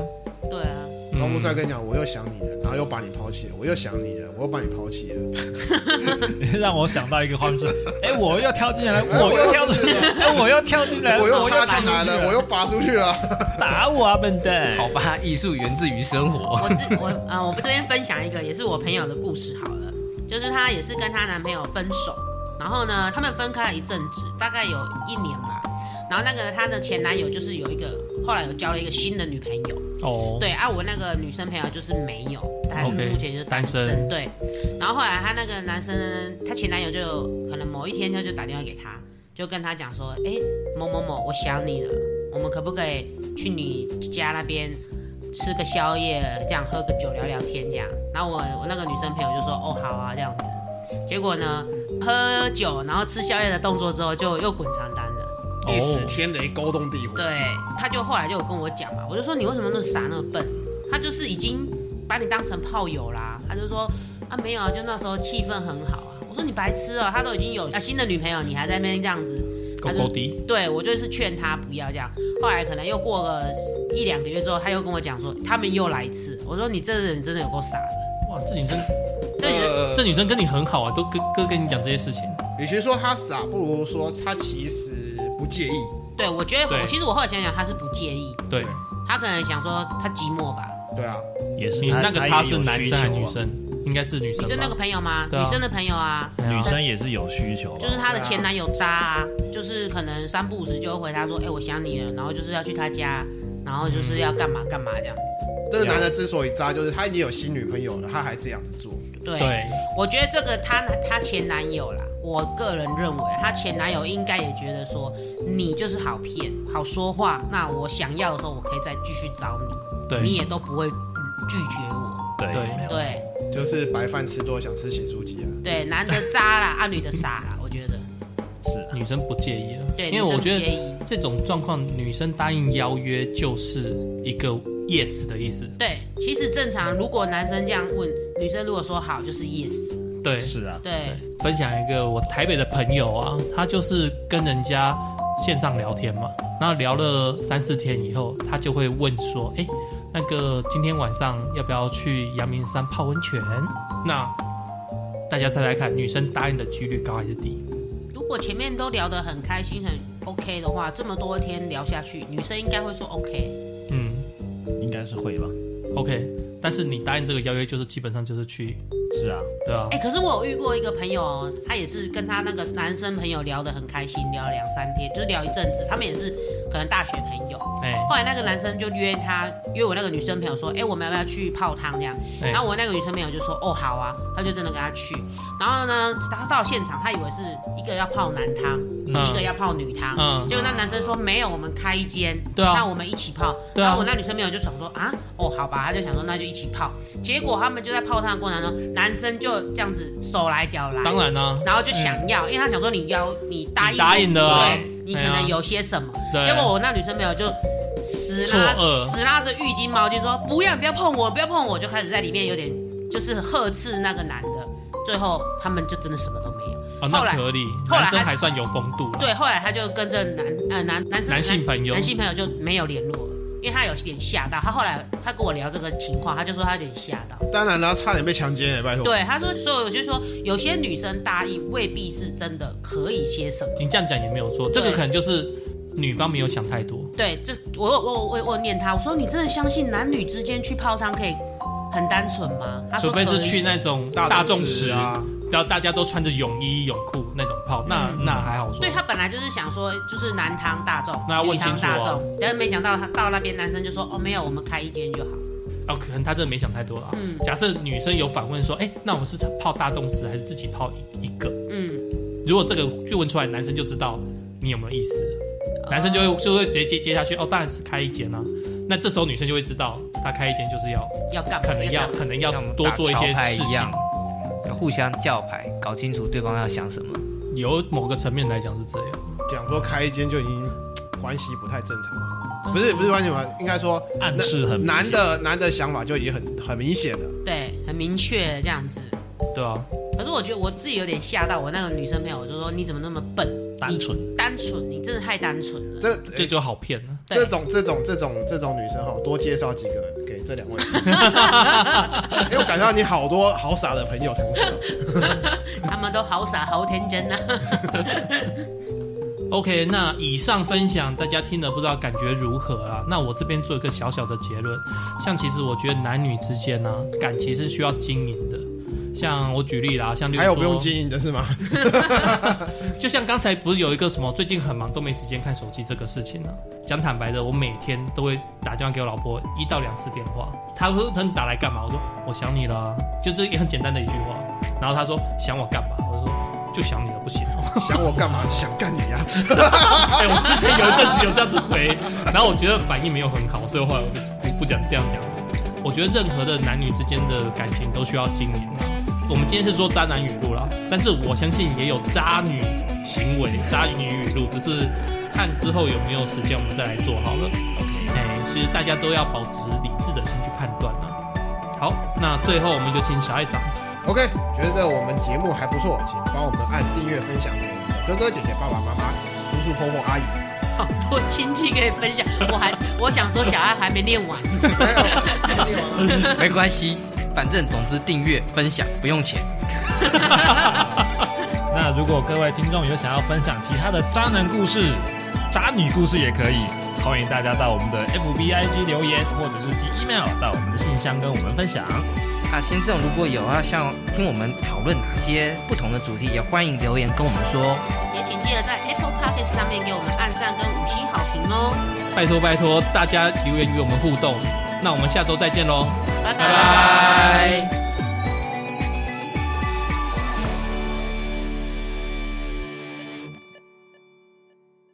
A: 对啊，
D: 高
B: 嗯
D: 富帅跟你讲，我又想你了，然后又把你抛弃了，我又想你了，我又把你抛弃了，
B: [LAUGHS] 让我想到一个画面是，哎，我又跳进来，我又跳出去，哎，我又跳进来，
D: 我又插
B: 打
D: 进来
B: 出去
D: 了，我又拔出去了。
B: 打我啊，笨
E: 哎
B: 蛋！
C: 好吧，艺术源自于生活。
A: 我自我呃，我这边分享一个也是我朋友的故事好了，就是她也是跟她男朋友分手，然后呢，他们分开了一阵子，大概有一年吧。然后那个她的前男友就是有一个，后来有交了一个新的女朋友，
E: 哦，
A: 对啊，我那个女生朋友就是没有，她是
E: OK，
A: 目前就是单身
E: 单身
A: 对。然后后来她那个男生，她前男友就可能某一天他就打电话给她，就跟她讲说，哎，某某某，我想你了，我们可不可以去你家那边吃个宵夜，这样喝个酒聊聊天这样？然后我我那个女生朋友就说，哦，好啊，这样子。结果呢，喝酒然后吃宵夜的动作之后，就又滚床单了。
D: [LAUGHS] 一时天雷勾动地火，
A: 对，他就后来就有跟我讲嘛，我就说你为什么那么傻那么笨？他就是已经把你当成炮友啦，他就说啊，没有啊，就那时候气氛很好啊。我说你白痴哦、他都已经有啊新的女朋友，你还在那边这样子。
E: 狗狗滴，
A: 对我就是劝他不要这样。后来可能又过个一两个月之后，他又跟我讲说他们又来一次。我说你这人真的有够傻的。
E: 哇，这女生，
A: 这女生
E: 这女生跟你很好啊，都跟哥跟你讲这些事情，
D: 呃与其说他傻，不如说他其实不介意。
A: 对我觉得
E: 对
A: 我其实我后来想想，他是不介意，
E: 对
A: 他可能想说他寂寞吧。
D: 对啊，
B: 也是
E: 你那个
B: 他
E: 他是男生还
B: 啊
E: 是女？生？应该是女生
A: 你
E: 吧。
A: 就那个朋友吗？
E: 对啊
A: 女生的朋友啊，
B: 他也有需求女生也是有需求啊吧
A: 就，是她的前男友渣啊，就是可能三不五时就会回她说，哎、我想你了，然后就是要去她家，然后就是要干嘛干嘛这样子。
D: 这个男的之所以渣，就是他已经有新女朋友了，他还这样子做。
A: 对，
E: 嗯对，
A: 我觉得这个她她前男友啦，我个人认为啊她前男友应该也觉得说你就是好骗、好说话，那我想要的时候我可以再继续找你，你
E: 对，
A: 也都不会拒绝我。
B: 对
E: 对
B: 没有错
A: 对
D: 就是白饭吃多想吃咸酥鸡啊。
A: 对，男的渣啦， [LAUGHS] 啊女的傻啦，我觉得。
B: 是
E: 女生不介意了，
A: 对，
E: 因为我觉
A: 女生不介
E: 得
A: 意
E: 这种状况，女生答应邀约就是一个 yes 的意思，
A: 对，其实正常，如果男生这样问，女生如果说好，就是 yes。
E: 对，
B: 是啊，
A: 对，
E: 分享一个我台北的朋友啊，他就是跟人家线上聊天嘛，然后聊了三四天以后，他就会问说，哎，那个今天晚上要不要去阳明山泡温泉？那大家猜猜看，女生答应的几率高还是低？
A: 如果前面都聊得很开心、很 OK 的话，这么多天聊下去，女生应该会说 OK。
E: 嗯
B: 应该是会吧？
E: ，OK，但是你答应这个邀约，就是基本上就是去，
B: 是啊，
E: 对啊
A: 哎、，可是我有遇过一个朋友哦，他也是跟他那个男生朋友聊得很开心，聊了两三天，就是聊一阵子，他们也是可能大学朋友。
E: 哎、
A: 后来那个男生就约他，约我那个女生朋友说，哎、我们要不要去泡汤这样？
E: 哎
A: 然后我那个女生朋友就说，哦，好啊，他就真的跟他去。然后呢，他到现场，他以为是一个要泡男汤，一个
E: 嗯
A: 要泡女汤。
E: 嗯，
A: 结果那男生说没有，我们开一间，
E: 对啊
A: 那我们一起泡。
E: 对啊
A: 然后我那女生朋友就想说啊，哦，好吧，她就想说那就一起泡。结果他们就在泡汤的过程中，男生就这样子手来脚来，
E: 当，然啊啦、
A: 然后就想要，因为他想说你要你答应
E: 你答应的啊
A: 对，你可能有些什么。
E: 对，
A: 结果我那女生朋友就死
E: 错
A: 拉
E: 愕
A: 死拉着浴巾毛巾说不要不要碰我不要碰我，就开始在里面有点就是呵斥那个男的。最后他们就真的什么都没有。
E: 哦，
A: 后来
E: 那可以，
A: 后来
E: 男生
A: 他
E: 还算有风度了，
A: 对，后来他就跟着男呃男男生
E: 男性朋友
A: 男性朋友就没有联络了，因为他有点吓到。他后来他跟我聊这个情况，他就说他有点吓到。
D: 当然啦，差点被强奸了，欸拜托。
A: 对，他说，所以我就说，有些女生答应未必是真的可以些什么。
E: 你这样讲也没有错，这个
A: 对
E: 可能就是女方没有想太多。
A: 对，这我有我有我有我有念他，我说你真的相信男女之间去泡汤可以很单纯吗？他
E: 除
A: 说
E: 非
A: 可
E: 是
A: 以
E: 去那种
D: 大
E: 众
D: 池
E: 池，
D: 啊，
E: 然后大家都穿着泳衣泳裤那种泡，那
A: 嗯
E: 那还好说
A: 对。他本来就是想说，就是男汤大众，
E: 那要问
A: 女汤
E: 清楚
A: 大
E: 哦
A: 众，但是没想到他到那边男生就说，哦，没有，我们开一间就好。
E: 哦，可能他真的没想太多了啊。
A: 嗯
E: 假设女生有反问说，哎，那我是泡大众池还是自己泡一一个？
A: 嗯，
E: 如果这个就问出来，男生就知道你有没有意思了，
A: 啊
E: 男生就会就会直接接接下去。哦，当然是开一间啊。那这时候女生就会知道，她开一间就是要
A: 呃要干嘛？
E: 可能要
A: 干嘛
E: 可能要多做一些事
C: 一
E: 情
C: 样。，要互相叫牌，搞清楚对方要想什么。
E: 有某个层面来讲是这样，
D: 讲说开一间就已经嘖关系不太正常了，不是不是关系嘛，应该说
B: 暗示很明显
D: 男的男的想法就已经很很明显了。
A: 对，很明确这样子。
E: 对啊，
A: 可是我觉得我自己有点吓到我那个女生朋友，我就说你怎么那么笨，
B: 单纯
A: 你单纯，你真的太单纯
D: [LAUGHS]
A: 了。
D: 这
E: 这
D: 这
E: 就好骗了。
A: 对
D: 这种这种这种这种女生哈，多介绍几个给这两位，因为我感觉到你好多好傻的朋友同事哦，
A: 他们都好傻好天真呐、啊
E: OK，那以上分享大家听了不知道感觉如何啊？那我这边做一个小小的结论，像其实我觉得男女之间呢、啊感情是需要经营的。像我举例啦，像例如
D: 还有不
E: 说
D: 用经营的是吗？
E: 就像刚才不是有一个什么最近很忙都没时间看手机这个事情呢、啊讲坦白的，我每天都会打电话给我老婆一到两次电话。她说：“她打来干嘛？”我说：“我想你了。”啊就这也很简单的一句话。然后她说：“想我干嘛？”我就说：“就想你了，不行哦。”
D: 想我干嘛？想干你啊！
E: 哎、我之前有一阵子有这样子回，然后我觉得反应没有很好，所以后来我就不不讲这样讲。我觉得任何的男女之间的感情都需要经营啊。我们今天是说渣男语录啦，但是我相信也有渣女行为、渣女语录，只是看之后有没有时间我们再来做好了。
B: OK，
E: 哎、其实大家都要保持理智的心去判断啊。好，那最后我们就请小艾桑
D: OK，觉得我们节目还不错，请帮我们按订阅、分享给你的哥哥姐姐、爸爸妈妈、叔叔、婆婆、阿姨。
A: [LAUGHS] 好多亲戚可以分享。我还我想说，小爱还没练完，
D: 还有还有另
C: [LAUGHS]
D: 外
C: 没关系，反正总之订阅分享不用钱。
B: 那如果各位听众有想要分享其他的渣男故事、渣女故事也可以，欢迎大家到我们的 FB IG 留言，或者是寄 email 到我们的信箱跟我们分享。
C: 啊，听众如果有要像听我们讨论哪些不同的主题，也欢迎留言跟我们说。哦
A: 也请记得在 Apple Podcast 上面给我们按赞跟五星好评哦。
E: 拜托拜托，大家留言与我们互动。那我们下周再见喽，
A: 拜
E: 拜拜。